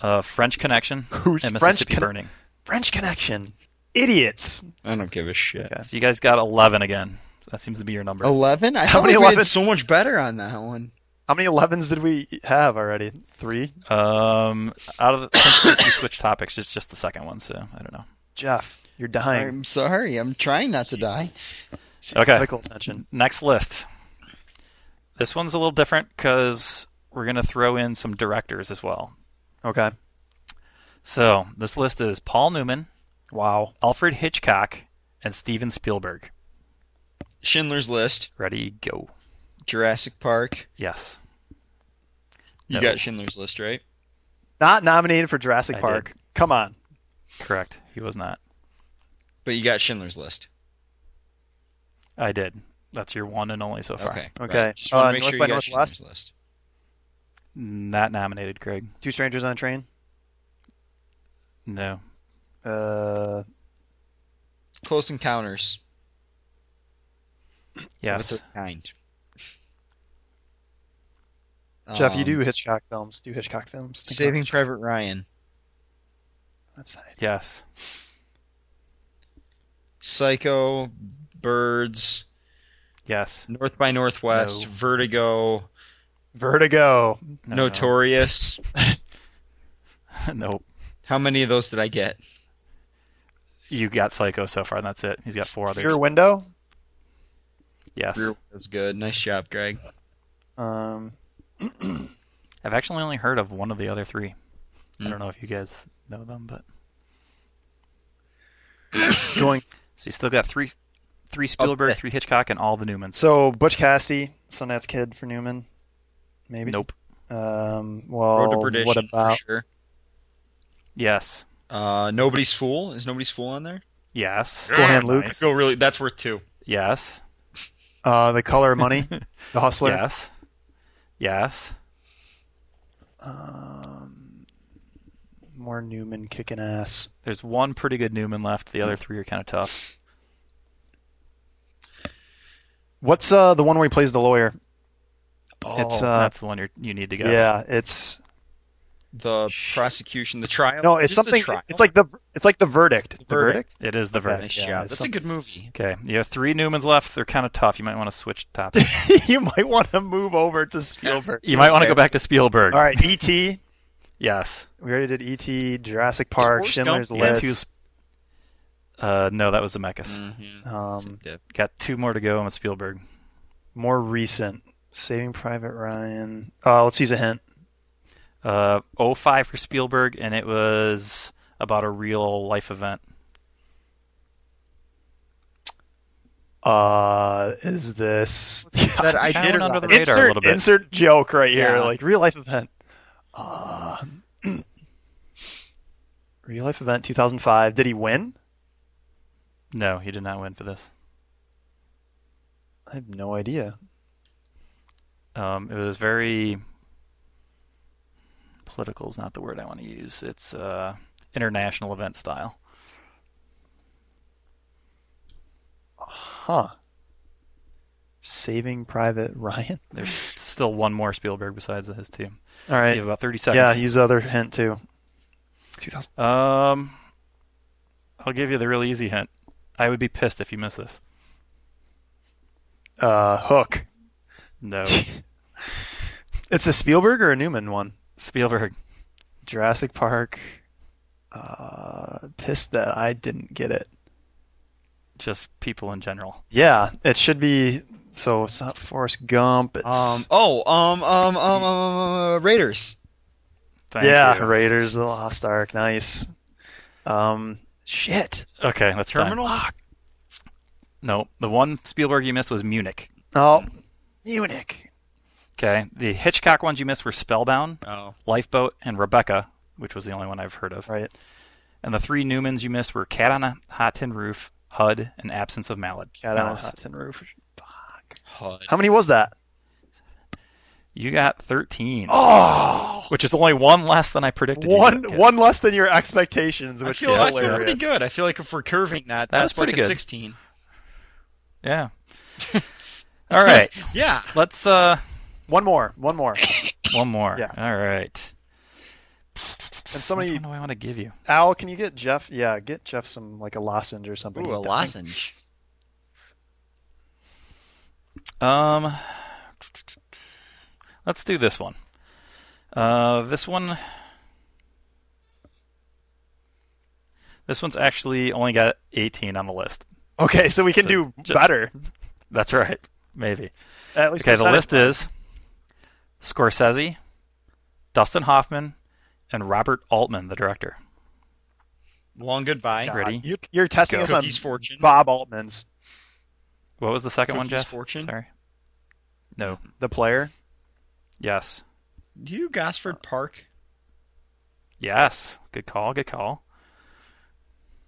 Speaker 2: uh, French Connection
Speaker 1: Who's
Speaker 2: and
Speaker 1: French
Speaker 2: Mississippi
Speaker 1: Conne-
Speaker 2: Burning.
Speaker 1: French Connection. Idiots.
Speaker 3: I don't give a shit.
Speaker 1: Okay.
Speaker 2: So you guys got eleven again. That seems to be your number.
Speaker 1: Oh.
Speaker 3: Eleven? I
Speaker 1: How
Speaker 3: thought
Speaker 1: many
Speaker 3: like we
Speaker 1: 11?
Speaker 3: did so much better on that one.
Speaker 1: How many 11s did we have already? Three.
Speaker 2: Um, out of the, since you switched topics, it's just the second one, so I don't know.
Speaker 1: Jeff, you're dying.
Speaker 3: I'm sorry. I'm trying not to die.
Speaker 2: Okay,
Speaker 1: Medical attention.
Speaker 2: next list. This one's a little different because we're gonna throw in some directors as well.
Speaker 1: Okay.
Speaker 2: So this list is Paul Newman,
Speaker 1: Wow.
Speaker 2: Alfred Hitchcock, and Steven Spielberg.
Speaker 3: Schindler's List,
Speaker 2: Ready, go.
Speaker 3: Jurassic Park.
Speaker 2: Yes.
Speaker 3: You
Speaker 2: No.
Speaker 3: got Schindler's List, right?
Speaker 1: Not nominated for Jurassic
Speaker 2: I
Speaker 1: Park. Come on.
Speaker 2: Correct. He was not.
Speaker 3: But you got Schindler's List.
Speaker 2: I did. That's your one and only so far.
Speaker 3: Okay.
Speaker 1: Okay.
Speaker 3: right. Just want
Speaker 1: Uh,
Speaker 3: to make
Speaker 1: North
Speaker 3: sure
Speaker 1: by
Speaker 3: you got
Speaker 1: Northwest?
Speaker 3: Schindler's List.
Speaker 2: Not nominated, Craig.
Speaker 1: Two strangers on a train.
Speaker 2: No.
Speaker 1: Uh,
Speaker 3: Close Encounters.
Speaker 2: Yes.
Speaker 3: With their kind.
Speaker 1: Jeff, you
Speaker 3: Um,
Speaker 1: do Hitchcock films. Do Hitchcock films. Think
Speaker 3: Saving
Speaker 1: about it.
Speaker 3: Private Ryan.
Speaker 1: That's fine.
Speaker 2: Yes.
Speaker 3: Psycho, Birds,
Speaker 2: Yes.
Speaker 3: North by Northwest,
Speaker 2: No.
Speaker 3: Vertigo,
Speaker 1: Vertigo.
Speaker 2: No,
Speaker 3: Notorious.
Speaker 2: No. nope.
Speaker 3: How many of those did I get?
Speaker 2: You got Psycho so far, and that's it. He's got four others.
Speaker 1: Rear Window.
Speaker 2: Yes.
Speaker 3: Rear was good. Nice job, Greg.
Speaker 1: Um,
Speaker 2: I've actually only heard of one of the other three. I
Speaker 3: Mm.
Speaker 2: don't know if you guys know them, but
Speaker 1: going.
Speaker 2: so you still got three, three Spielberg,
Speaker 3: yes.
Speaker 2: three Hitchcock, and all the Newmans.
Speaker 1: So Butch Cassidy, Sundance Kid for Newman. Maybe.
Speaker 2: Nope.
Speaker 1: Um, well,
Speaker 3: Road to Perdition,
Speaker 1: what about
Speaker 3: for sure.
Speaker 2: Yes.
Speaker 3: Uh, Nobody's Fool. Is Nobody's Fool on there?
Speaker 2: Yes.
Speaker 1: Gohan Luke.
Speaker 2: Nice.
Speaker 3: Go really. That's worth two.
Speaker 2: Yes.
Speaker 1: Uh, the Color of Money, The Hustler.
Speaker 2: Yes. Yes.
Speaker 1: Um, more Newman kicking ass.
Speaker 2: There's one pretty good Newman left. The other three are kind of tough.
Speaker 1: What's uh, the one where he plays the lawyer?
Speaker 3: Oh,
Speaker 1: It's, uh,
Speaker 2: That's the one you're, you need to guess.
Speaker 1: Yeah, it's
Speaker 3: the prosecution, the trial.
Speaker 1: no, it's
Speaker 3: Just the
Speaker 1: something.
Speaker 3: trial?
Speaker 1: It's like the it's like the verdict. The, verdict.
Speaker 2: It is the verdict.
Speaker 3: Nice
Speaker 1: Yeah,
Speaker 3: job.
Speaker 1: it's
Speaker 3: That's
Speaker 1: some-
Speaker 3: a good movie.
Speaker 2: Okay. You have three Newmans left. They're kind of tough. You might want to switch topics.
Speaker 1: you might want to move over to Spielberg.
Speaker 2: you might want to
Speaker 3: Okay.
Speaker 2: go back to Spielberg.
Speaker 1: All right, E.T.
Speaker 2: Yes.
Speaker 1: We already did E.T., Jurassic Park,
Speaker 3: Forrest
Speaker 1: Schindler's
Speaker 2: You got two
Speaker 1: List.
Speaker 2: sp- Uh, no, that was Zemeckis.
Speaker 3: Mhm.
Speaker 1: Um,
Speaker 2: Got two more to go on Spielberg.
Speaker 1: more recent, Saving Private Ryan. Uh, let's use a hint.
Speaker 2: Uh, 05 for Spielberg, and it was about a real life event.
Speaker 1: Uh, is this
Speaker 3: that
Speaker 2: Kinda
Speaker 3: I did
Speaker 2: went
Speaker 3: it
Speaker 2: under the
Speaker 3: right.
Speaker 2: radar a
Speaker 1: insert
Speaker 2: little bit.
Speaker 1: insert joke right here,
Speaker 3: Yeah.
Speaker 1: like real life event. Uh, real life event 2005. Did he win?
Speaker 2: No, he did not win for this.
Speaker 1: I have no idea.
Speaker 2: Um, it was very political is not the word I want to use. It's uh, international event style.
Speaker 1: Huh. Saving Private Ryan.
Speaker 2: There's still one more Spielberg besides his two.
Speaker 1: All
Speaker 2: You
Speaker 1: right.
Speaker 2: have about 30
Speaker 1: Yeah,
Speaker 2: seconds.
Speaker 1: use the other hint too. 2000.
Speaker 2: um, I'll give you the really easy hint. I would be pissed if you miss this.
Speaker 1: Uh, Hook.
Speaker 2: No,
Speaker 1: It's a Spielberg or a Newman one.
Speaker 2: Spielberg.
Speaker 1: Jurassic Park. Uh, pissed that I didn't get it.
Speaker 2: Just people in general.
Speaker 1: Yeah, it should be. So it's not Forrest Gump. It's
Speaker 3: Um, oh, um, um, um, um, um, uh, Raiders.
Speaker 2: Thank
Speaker 1: yeah,
Speaker 2: you.
Speaker 1: Raiders of the Lost Ark. Nice. Um, shit.
Speaker 2: Okay, that's time.
Speaker 3: Terminal.
Speaker 2: No, the one Spielberg you missed was Munich.
Speaker 1: Oh, Munich.
Speaker 2: Okay, the Hitchcock ones you missed were Spellbound,
Speaker 3: Oh,
Speaker 2: Lifeboat, and Rebecca, which was the only one I've heard of.
Speaker 1: Right.
Speaker 2: And the three Newmans you missed were Cat on a Hot Tin Roof, HUD, and Absence of Mallet. Uh,
Speaker 1: Cat on a
Speaker 2: Malice.
Speaker 1: hot tin roof. Fuck.
Speaker 3: HUD.
Speaker 1: How many was that?
Speaker 2: You got 13,
Speaker 1: Oh,
Speaker 2: which is only one less than I predicted. you
Speaker 1: one
Speaker 2: would get.
Speaker 1: one less than your expectations,
Speaker 3: I
Speaker 1: which
Speaker 3: feel,
Speaker 1: is
Speaker 3: I
Speaker 1: hilarious.
Speaker 3: feel pretty good. I feel like if we're curving that,
Speaker 2: That was
Speaker 3: that's like a
Speaker 2: pretty good.
Speaker 3: 16.
Speaker 2: Yeah. All right,
Speaker 3: Yeah.
Speaker 2: let's uh
Speaker 1: One more, one more.
Speaker 2: one more.
Speaker 1: Yeah.
Speaker 2: All right.
Speaker 1: And somebody,
Speaker 2: Which one do I want to give you?
Speaker 1: Al, can you get Jeff? Yeah, get Jeff some like a lozenge or something.
Speaker 3: Ooh,
Speaker 1: He's
Speaker 3: a
Speaker 1: dying.
Speaker 3: lozenge.
Speaker 2: Um, let's do this one. Uh, this one. This one's actually only got 18 on the list.
Speaker 1: Okay, so we can do
Speaker 2: Jeff-
Speaker 1: better.
Speaker 2: That's right. Maybe.
Speaker 1: At least
Speaker 2: Okay, the
Speaker 1: percentage.
Speaker 2: list is Scorsese, Dustin Hoffman, and Robert Altman, the director.
Speaker 3: Long goodbye.
Speaker 1: God,
Speaker 2: Ready?
Speaker 1: You, you're testing
Speaker 2: Go.
Speaker 1: us on
Speaker 3: Cookie's fortune.
Speaker 1: Bob Altman's
Speaker 2: What was the second one,
Speaker 3: Cookie's
Speaker 2: Jeff?
Speaker 3: fortune. Mm-hmm.
Speaker 2: Sorry. No.
Speaker 1: the player.
Speaker 2: Yes.
Speaker 3: Do you Gosford Park?
Speaker 2: Yes. Good call. Good call.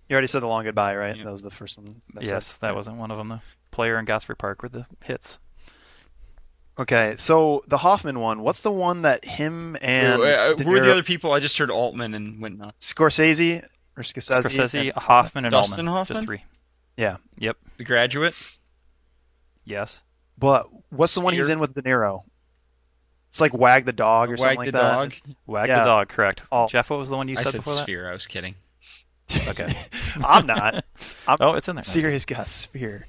Speaker 1: You already said the long goodbye, right?
Speaker 3: Yeah.
Speaker 1: That was the first one. that was
Speaker 2: yes, that wasn't one of them. The player in Gosford Park were the hits.
Speaker 1: it. Okay, so the Hoffman one. What's the one that him and
Speaker 3: Who- uh,
Speaker 1: De
Speaker 3: who are
Speaker 1: Niro-
Speaker 3: the other people? I just heard Altman and went nuts.
Speaker 1: Scorsese or Scorsese?
Speaker 2: Scorsese, Hoffman, and
Speaker 3: Dustin
Speaker 2: Ullman.
Speaker 3: Hoffman?
Speaker 2: Just three.
Speaker 1: Yeah.
Speaker 2: Yep.
Speaker 3: The Graduate.
Speaker 2: Yes.
Speaker 1: But what's the one he's
Speaker 3: Steer.
Speaker 1: in with De Niro? It's like Wag the Dog or
Speaker 3: Wag
Speaker 1: something
Speaker 3: the
Speaker 1: like that.
Speaker 3: dog.
Speaker 2: Wag
Speaker 1: Yeah.
Speaker 2: the dog. Correct.
Speaker 1: Oh.
Speaker 2: Jeff, what was the one you
Speaker 3: I
Speaker 2: said,
Speaker 3: said
Speaker 2: before
Speaker 3: sphere. I was kidding.
Speaker 2: that? Okay.
Speaker 1: I'm not.
Speaker 2: oh, it's in there.
Speaker 1: Serious got spear.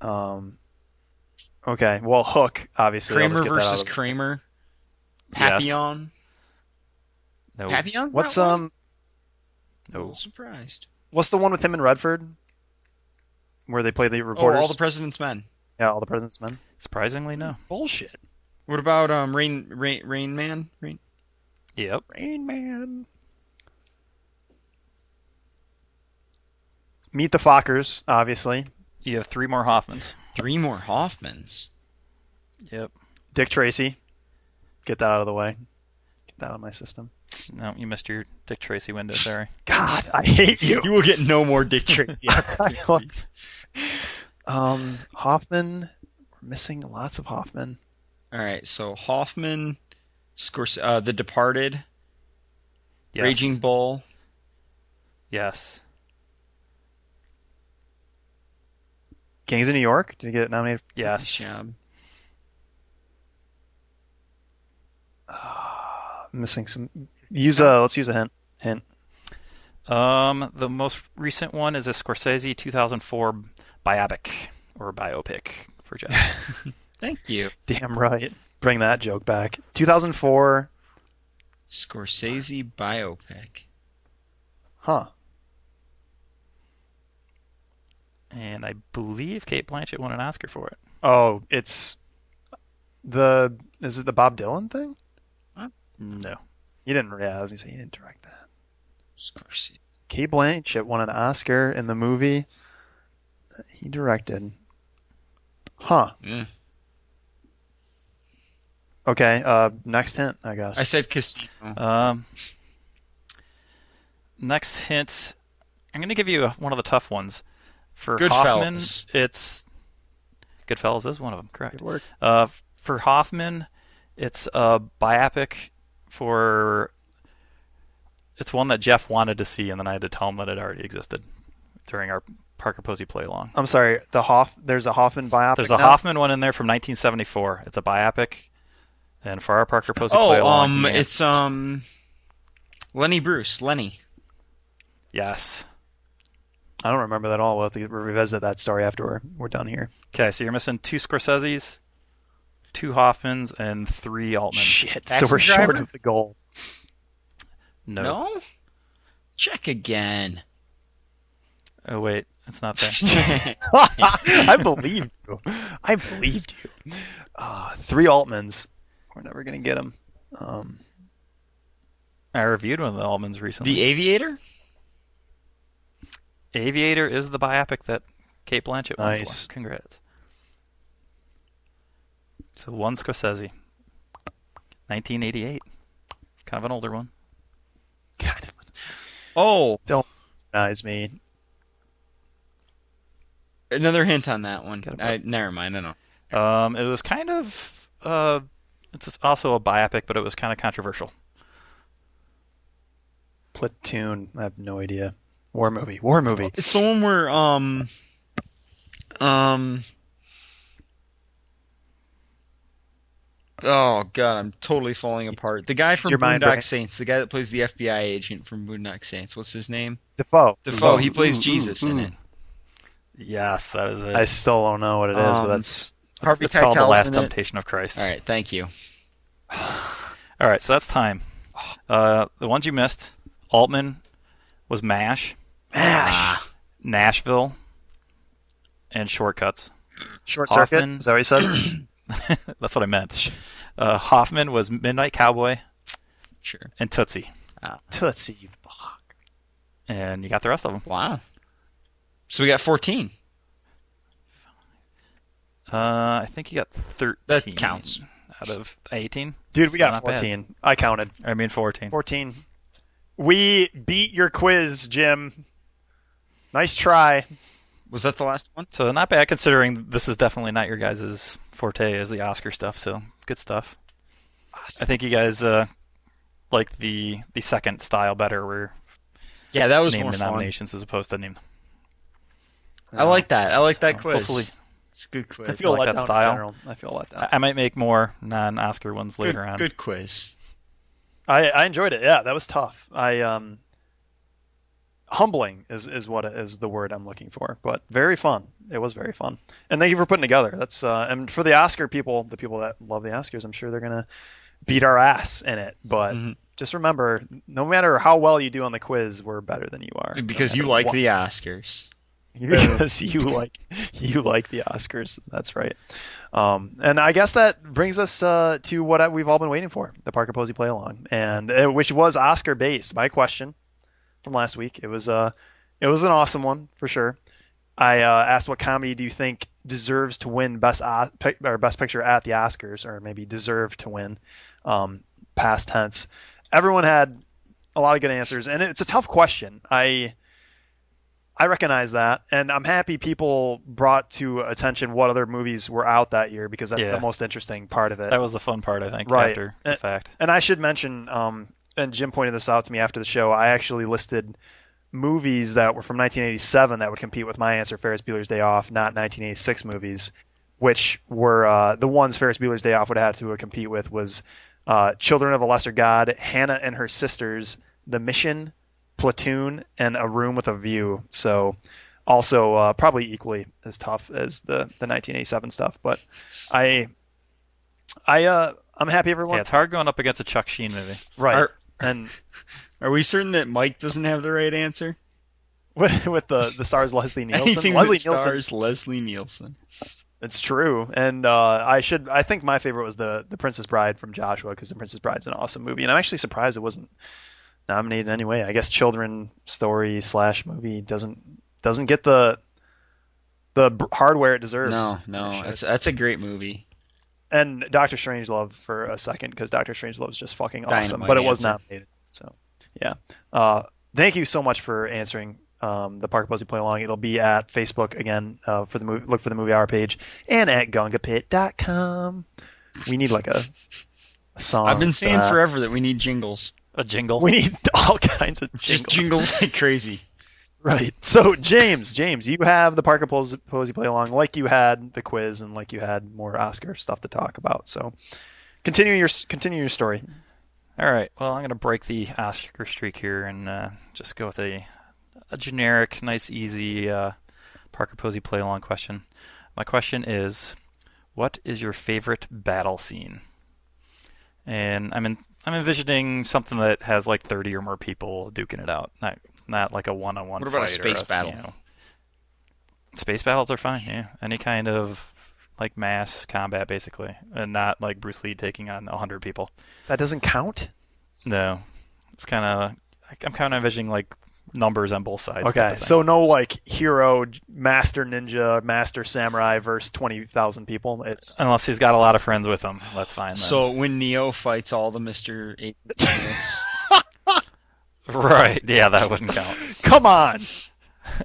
Speaker 1: Um. Okay. Well, Hook obviously. I'll
Speaker 3: Kramer
Speaker 1: just get that out
Speaker 3: versus
Speaker 1: of-
Speaker 3: Kramer.
Speaker 2: Yes.
Speaker 3: Papillon.
Speaker 2: No.
Speaker 3: Papillon's
Speaker 1: What's
Speaker 3: not one?
Speaker 1: um?
Speaker 3: I'm
Speaker 2: no.
Speaker 3: a little surprised.
Speaker 1: What's the one with him and Redford? Where they play the reporters?
Speaker 3: Oh, all the president's men.
Speaker 1: yeah, all the president's men.
Speaker 2: Surprisingly, no.
Speaker 1: Bullshit.
Speaker 3: What about um Rain Rain Rain Man? Rain. Mm-hmm.
Speaker 2: Yep.
Speaker 1: Rain Man. Meet the Fockers, obviously.
Speaker 2: You have three more Hoffmans.
Speaker 3: Three more Hoffmans.
Speaker 2: Yep.
Speaker 1: Dick Tracy. Get that out of the way. that on my system.
Speaker 2: No, you missed your Dick Tracy window. Sorry.
Speaker 1: God, I hate you.
Speaker 3: You will get no more Dick Tracy.
Speaker 1: um, Hoffman. We're missing lots of Hoffman.
Speaker 3: All right, so Hoffman, Scors- uh, The Departed,
Speaker 2: Yes.
Speaker 3: Raging Bull.
Speaker 2: Yes.
Speaker 1: Gangs of New York. Did he get nominated?
Speaker 2: Yes.
Speaker 3: Job.
Speaker 1: Missing some. Use a. Let's use a hint. Hint.
Speaker 2: Um, the most recent one is a Scorsese 2004 biopic or biopic for Jeff.
Speaker 3: Thank you.
Speaker 1: Damn right. Bring that joke back. 2004.
Speaker 3: Scorsese biopic.
Speaker 1: Huh.
Speaker 2: and I believe Kate Blanchett won an Oscar for it.
Speaker 1: Oh, it's the. Is it the Bob Dylan thing?
Speaker 2: No.
Speaker 1: You didn't. Yeah, I was gonna say you didn't direct that.
Speaker 3: Scorsese.
Speaker 1: Kate Blanchett won an Oscar in the movie that he directed. Huh.
Speaker 3: Yeah.
Speaker 1: Okay. Uh, next hint, I guess.
Speaker 3: I said Casino.
Speaker 2: Um, next hint. I'm going to give you a, one of the tough ones. For Hoffman,
Speaker 3: Goodfellas.
Speaker 2: it's Goodfellas is one of them, correct?
Speaker 1: Good work.
Speaker 2: Uh, for Hoffman, it's a biopic for. It's one that Jeff wanted to see, and then I had to tell him that it already existed during our Parker Posey play along.
Speaker 1: I'm sorry. The Hoff. There's a Hoffman biopic.
Speaker 2: There's a
Speaker 1: now?
Speaker 2: Hoffman one in there from 1974. It's a biopic, and for our Parker Posey play
Speaker 3: Oh,
Speaker 2: along,
Speaker 3: um,
Speaker 2: he-
Speaker 3: it's um, Lenny Bruce. Lenny.
Speaker 2: yes.
Speaker 1: I don't remember that at all. We'll have to revisit that story after we're, we're done here.
Speaker 2: Okay, so you're missing two Scorseses, two Hoffmans, and three Altmans.
Speaker 1: Shit. So
Speaker 3: Taxi
Speaker 1: we're short
Speaker 3: driver?
Speaker 1: of the goal.
Speaker 2: no.
Speaker 3: no? Check again.
Speaker 2: Oh wait, it's not there.
Speaker 1: I believed you. I believed you. Uh, three Altmans. We're never gonna get them. Um,
Speaker 2: I reviewed one of the Altmans recently.
Speaker 3: the Aviator.
Speaker 2: Aviator is the biopic that Kate Blanchett won
Speaker 1: Nice.
Speaker 2: for. Congrats. So one Scorsese, 1988, kind of an older one.
Speaker 1: God,
Speaker 3: Oh,
Speaker 1: recognize me.
Speaker 3: another hint on that one.
Speaker 2: Gotta
Speaker 3: I, never mind. I know.
Speaker 2: Um, it was kind of uh, it's also a biopic, but it was kind of controversial.
Speaker 1: Platoon. I have no idea. War movie. War
Speaker 2: Oh.
Speaker 1: movie.
Speaker 3: It's the one where um, um. Oh god, I'm totally falling apart. The guy from
Speaker 1: your mind,
Speaker 3: Boondock
Speaker 1: right?
Speaker 3: Saints, the guy that plays the FBI agent from Boondock Saints. What's his name?
Speaker 1: Defoe.
Speaker 3: Defoe. he
Speaker 2: Ooh,
Speaker 3: plays
Speaker 2: ooh,
Speaker 3: Jesus in
Speaker 2: ooh.
Speaker 3: it.
Speaker 2: Yes, that is it.
Speaker 1: I still don't know what it is, but
Speaker 3: Um,
Speaker 1: that's
Speaker 2: It's-
Speaker 3: Harvey
Speaker 2: it's called The
Speaker 3: Keitel's
Speaker 2: Last
Speaker 3: in it.
Speaker 2: Temptation of Christ.
Speaker 3: All right, thank you.
Speaker 2: All right, so that's time. Uh, the ones you missed: Altman was Mash, ah.
Speaker 1: Mash.
Speaker 2: Nashville, and Shortcuts.
Speaker 1: Short
Speaker 2: Hoffman.
Speaker 1: circuit. Is that what you said?
Speaker 2: That's what I meant. Uh, Hoffman was Midnight Cowboy
Speaker 3: Sure.
Speaker 2: and Tootsie,
Speaker 1: Tootsie. Fuck.
Speaker 2: and you got the rest of them.
Speaker 3: Wow. So we got 14.
Speaker 2: Uh, I think you got thirteen.
Speaker 3: That counts.
Speaker 2: out of eighteen.
Speaker 1: Dude, we got
Speaker 2: Not bad.
Speaker 1: 14. I counted.
Speaker 2: I mean fourteen.
Speaker 1: 14. We beat your quiz, Jim. Nice try.
Speaker 3: Was that the last one?
Speaker 2: So not bad considering this is definitely not your guys' forte as the Oscar stuff. So good stuff. I think you guys uh, like the the second style better, where
Speaker 3: Yeah, that was
Speaker 2: name
Speaker 3: more
Speaker 2: the
Speaker 3: fun.
Speaker 2: nominations as opposed to name.
Speaker 3: I like that. I like that
Speaker 2: So
Speaker 3: quiz.
Speaker 2: Hopefully,
Speaker 3: It's a good quiz.
Speaker 1: I feel
Speaker 2: like
Speaker 1: let
Speaker 2: that
Speaker 1: down in
Speaker 2: style.
Speaker 1: general. I feel let down.
Speaker 2: I I might make more non-Oscar ones
Speaker 3: good,
Speaker 2: later on.
Speaker 3: good quiz.
Speaker 1: I, I enjoyed it. Yeah, that was tough. I um humbling is is what is the word I'm looking for, but very fun. It was very fun. And thank you for putting together. That's uh and for the Oscar people, the people that love the Oscars, I'm sure they're going to beat our ass in it, but
Speaker 3: Mhm.
Speaker 1: just remember no matter how well you do on the quiz, we're better than you are. No
Speaker 3: Because you
Speaker 1: matter
Speaker 3: like
Speaker 1: what-
Speaker 3: the Oscars.
Speaker 1: because you like you like the Oscars. That's right. Um, and I guess that brings us uh, to what I- we've all been waiting for: the Parker Posey play along, and uh, which was Oscar based. My question from last week it was uh, it was an awesome one for sure. I uh, asked what comedy do you think deserves to win best Os- Pic- or best picture at the Oscars, or maybe deserve to win. Um, past tense. Everyone had a lot of good answers, and it's a tough question. I I recognize that, and I'm happy people brought to attention what other movies were out that year because that's
Speaker 2: Yeah.
Speaker 1: the most interesting part of it.
Speaker 2: That was the fun part, I think,
Speaker 1: Right.
Speaker 2: after the
Speaker 1: Uh,
Speaker 2: fact.
Speaker 1: And I should mention, um, and Jim pointed this out to me after the show. I actually listed movies that were from 1987 that would compete with my answer, Ferris Bueller's Day Off, not 1986 movies, which were uh, the ones Ferris Bueller's Day Off would have had to compete with was uh, Children of a Lesser God, Hannah and Her Sisters, The Mission, Platoon, and A Room with a View. So. Also, uh, probably equally as tough as the, the 1987 stuff, but I, I, uh, I'm happy everyone.
Speaker 2: Yeah, it's hard going up against a Chuck Sheen movie.
Speaker 1: Right.
Speaker 3: Are-
Speaker 1: and
Speaker 3: Are we certain that Mike doesn't have the right answer?
Speaker 1: with, with the the stars Leslie Nielsen.
Speaker 3: Anything
Speaker 1: Leslie
Speaker 3: that
Speaker 1: Nielsen.
Speaker 3: stars Leslie Nielsen.
Speaker 1: It's true. And uh, I should I think my favorite was the the Princess Bride from Joshua because the Princess Bride's an awesome movie, and I'm actually surprised it wasn't nominated in any way. I guess children story slash movie doesn't doesn't get the the b- hardware it deserves.
Speaker 3: No, no,
Speaker 1: Sure.
Speaker 3: that's that's a great movie.
Speaker 1: And Doctor Strangelove for a second because Doctor Strangelove is just fucking awesome,
Speaker 3: Dynamite
Speaker 1: but it was
Speaker 3: answer.
Speaker 1: nominated. So yeah. Uh, thank you so much for answering um, the Park Posey play along. It'll be at Facebook again uh, for the movie. Look for the movie hour page and at gungapit.com. We need like a, a song.
Speaker 3: I've been saying
Speaker 1: for that.
Speaker 3: forever that we need jingles.
Speaker 2: A jingle.
Speaker 1: We need all kinds of jingles.
Speaker 3: Just jingles like crazy.
Speaker 1: Right. So James, James, you have the Parker Pos- Posey play along, like you had the quiz, and like you had more Oscar stuff to talk about. So continue your continue your story.
Speaker 2: All right. Well, I'm going to break the Oscar streak here and uh, just go with a, a generic, nice, easy uh, Parker Posey play along question. My question is, what is your favorite battle scene? And I'm in, I'm envisioning something that has like 30 or more people duking it out, not not like a one-on-one.
Speaker 3: What about
Speaker 2: fight
Speaker 3: a
Speaker 2: or
Speaker 3: space battle?
Speaker 2: you know. space battles are fine. Yeah, any kind of like mass combat, basically, and not like Bruce Lee taking on 100 people.
Speaker 1: That doesn't count.
Speaker 2: No, it's kind of I'm kind of envisioning like numbers on both sides. type
Speaker 1: okay.
Speaker 2: of thing.
Speaker 1: So no like hero, master ninja, master samurai versus twenty thousand people. It's
Speaker 2: unless he's got a lot of friends with him, that's fine. Then.
Speaker 3: So when Neo fights all the Mister Eight, Planets,
Speaker 2: right, yeah, that wouldn't count
Speaker 1: come on.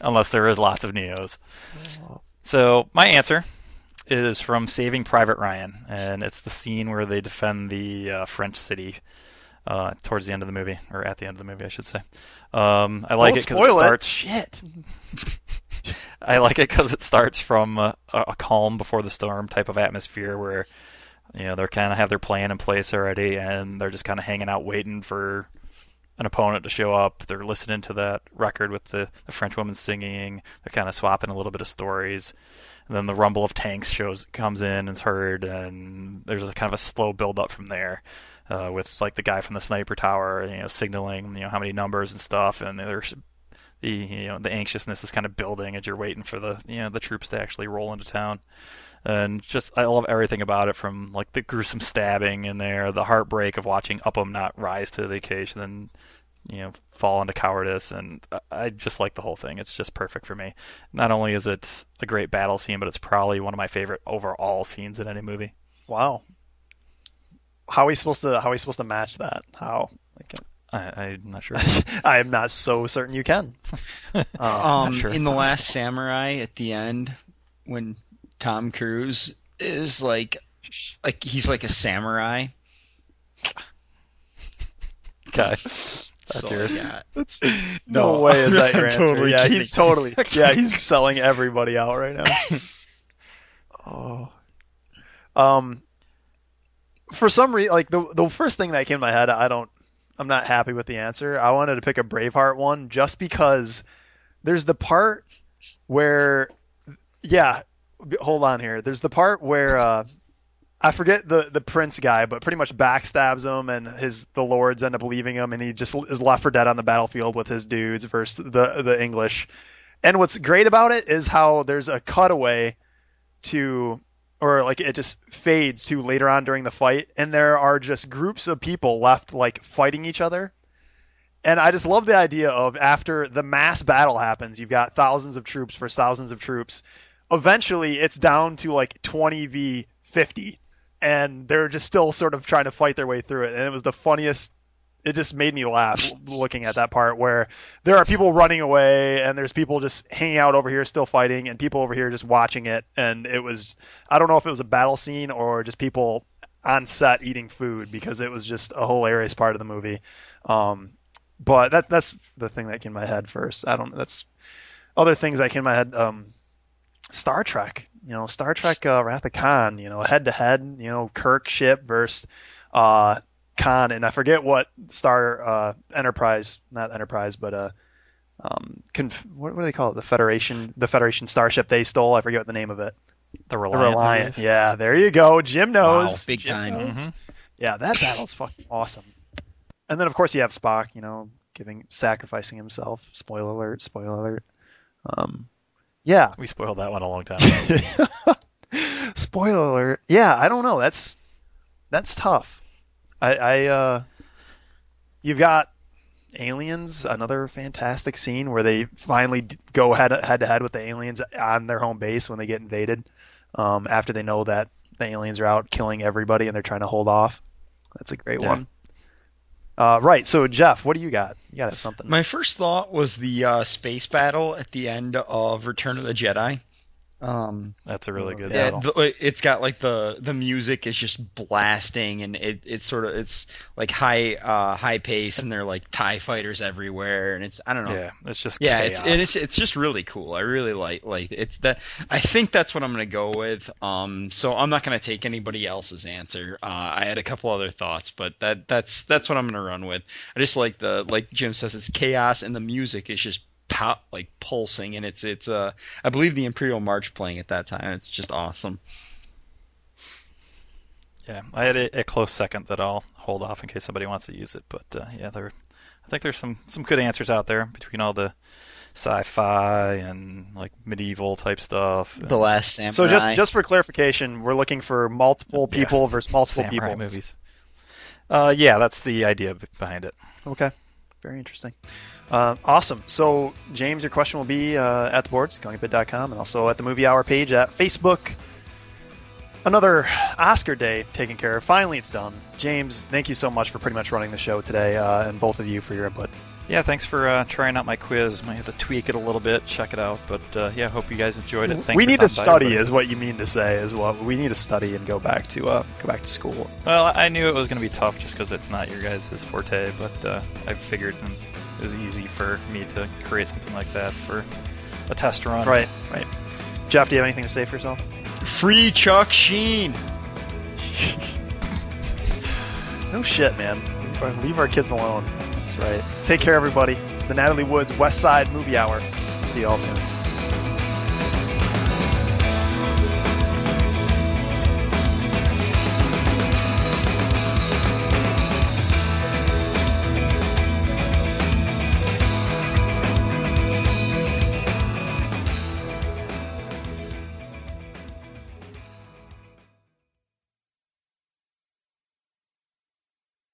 Speaker 2: unless there is lots of neos. So my answer is from Saving Private Ryan, and it's the scene where they defend the uh, French city uh, towards the end of the movie, or at the end of the movie, I should say. Um, I like
Speaker 1: Don't
Speaker 2: it because it
Speaker 1: spoil
Speaker 2: starts.
Speaker 1: Shit.
Speaker 2: I like it because it starts from a, a calm before the storm type of atmosphere where, you know, they're kind of have their plan in place already and they're just kind of hanging out waiting for an opponent to show up. They're listening to that record with the, the French woman singing. They're kind of swapping a little bit of stories. And then the rumble of tanks shows comes in and is heard, and there's a kind of a slow build up from there, uh, with like the guy from the sniper tower, you know, signaling you know how many numbers and stuff, and there's the you know the anxiousness is kind of building as you're waiting for the you know the troops to actually roll into town and just I love everything about it from like the gruesome stabbing in there the heartbreak of watching Upham not rise to the occasion and you know fall into cowardice and I- I just like the whole thing it's just perfect for me not only is it a great battle scene but it's probably one of my favorite overall scenes in any movie
Speaker 1: Wow. How are we supposed to how are we supposed to match that? How? Like,
Speaker 2: I, I'm not sure
Speaker 1: I am not so certain you can. Uh,
Speaker 3: um,
Speaker 2: sure.
Speaker 3: in the Last Samurai at the end, when Tom Cruise is like, like he's like a samurai.
Speaker 2: okay that's
Speaker 3: So,
Speaker 2: yours
Speaker 3: yeah.
Speaker 1: That's, no,
Speaker 3: No,
Speaker 1: way is that your
Speaker 3: I'm
Speaker 1: answer.
Speaker 3: totally
Speaker 1: yeah,
Speaker 3: kidding.
Speaker 1: he's totally. Yeah, he's selling everybody out right now. oh. Um. For some reason, like the the first thing that came to my head, I don't. I'm not happy with the answer. I wanted to pick a Braveheart one just because there's the part where, yeah, b- hold on here. There's the part where. Uh, I forget the the prince guy, but pretty much backstabs him, and his the lords end up leaving him, and he just is left for dead on the battlefield with his dudes versus the the English. And what's great about it is how there's a cutaway to, or like it just fades to later on during the fight, and there are just groups of people left like fighting each other. And I just love the idea of after the mass battle happens, you've got thousands of troops versus thousands of troops. Eventually, it's down to like 20 v 50 and they were just still sort of trying to fight their way through it. And it was the funniest. It just made me laugh looking at that part where there are people running away and there's people just hanging out over here still fighting and people over here just watching it. And it was, I don't know if it was a battle scene or just people on set eating food because it was just a hilarious part of the movie. Um, but that that's the thing that came to my head first. I don't. That's other things that came to my head. Um, Star Trek, you know, Star Trek uh, Wrath of Khan, you know, head to head, you know, Kirk ship versus uh, Khan, and I forget what Star uh, Enterprise, not Enterprise, but uh, um, conf- what, what do they call it? The Federation, the Federation starship they stole. I forget what the name of it.
Speaker 2: The
Speaker 1: The
Speaker 2: Reliant. I
Speaker 1: Reliant.
Speaker 2: believe.
Speaker 1: Yeah, there you go. Jim knows.
Speaker 3: Wow, big
Speaker 1: Jim
Speaker 3: time.
Speaker 1: knows.
Speaker 2: Mhm.
Speaker 1: Yeah, that battle's fucking awesome. And then of course you have Spock, you know, giving sacrificing himself. Spoiler alert, spoiler alert. Um, yeah.
Speaker 2: We spoiled that one a long time ago.
Speaker 1: spoiler alert. Yeah, I don't know. That's that's tough. I, I uh, you've got aliens, another fantastic scene where they finally d- go head head to head with the aliens on their home base when they get invaded. Um, after they know that the aliens are out killing everybody and they're trying to hold off. That's a great
Speaker 2: Yeah.
Speaker 1: one. Uh, right. So Jeff, what do you got? You got to have something.
Speaker 3: My first thought was the uh, space battle at the end of Return of the Jedi. Um,
Speaker 2: That's a really good
Speaker 3: yeah,
Speaker 2: battle.
Speaker 3: the, it's got like the the music is just blasting, and it, it's sort of it's like high uh, high pace, and they're like Tie fighters everywhere, and it's I don't know.
Speaker 2: yeah, it's just
Speaker 3: Yeah,
Speaker 2: chaos.
Speaker 3: it's and it's it's just really cool. I really like like it's that. I think that's what I'm gonna go with. Um, so I'm not gonna take anybody else's answer. Uh, I had a couple other thoughts, but that that's that's what I'm gonna run with. I just like the like Jim says, it's chaos and the music is just pop like pulsing, and it's it's uh I believe the Imperial March playing at that time. It's just awesome.
Speaker 2: Yeah, I had a, a close second that I'll hold off in case somebody wants to use it. But uh, yeah, there, I think there's some some good answers out there between all the sci-fi and like medieval type stuff. and
Speaker 3: The Last Samurai.
Speaker 1: so just just for clarification, we're looking for multiple
Speaker 2: Yeah.
Speaker 1: people versus multiple
Speaker 2: samurai
Speaker 1: people.
Speaker 2: movies. Uh, yeah, that's the idea b- behind it.
Speaker 1: Okay. Very interesting. Uh, awesome. So, James, your question will be uh, at the boards, goingabit.com, and also at the Movie Hour page at Facebook. Another Oscar day taken care of. Finally, it's done. James, thank you so much for pretty much running the show today, uh, and both of you for your input.
Speaker 2: Yeah, thanks for uh, trying out my quiz. Might have to tweak it a little bit, check it out. But uh, yeah, hope you guys enjoyed it. Thanks
Speaker 1: we
Speaker 2: for
Speaker 1: need to
Speaker 2: stopping by,
Speaker 1: study,
Speaker 2: everybody.
Speaker 1: is what you mean to say, is what we need to study and go back to uh, go back to school.
Speaker 2: Well, I knew it was going to be tough just because it's not your guys' forte, but uh, I figured mm, it was easy for me to create something like that for a test run.
Speaker 1: Right, right. Jeff, do you have anything to say for yourself?
Speaker 3: free Chuck Sheen.
Speaker 1: No shit, man. Leave our- Leave our kids alone. That's right. Take care, everybody. The Natalie Woods West Side Movie Hour. See you all soon.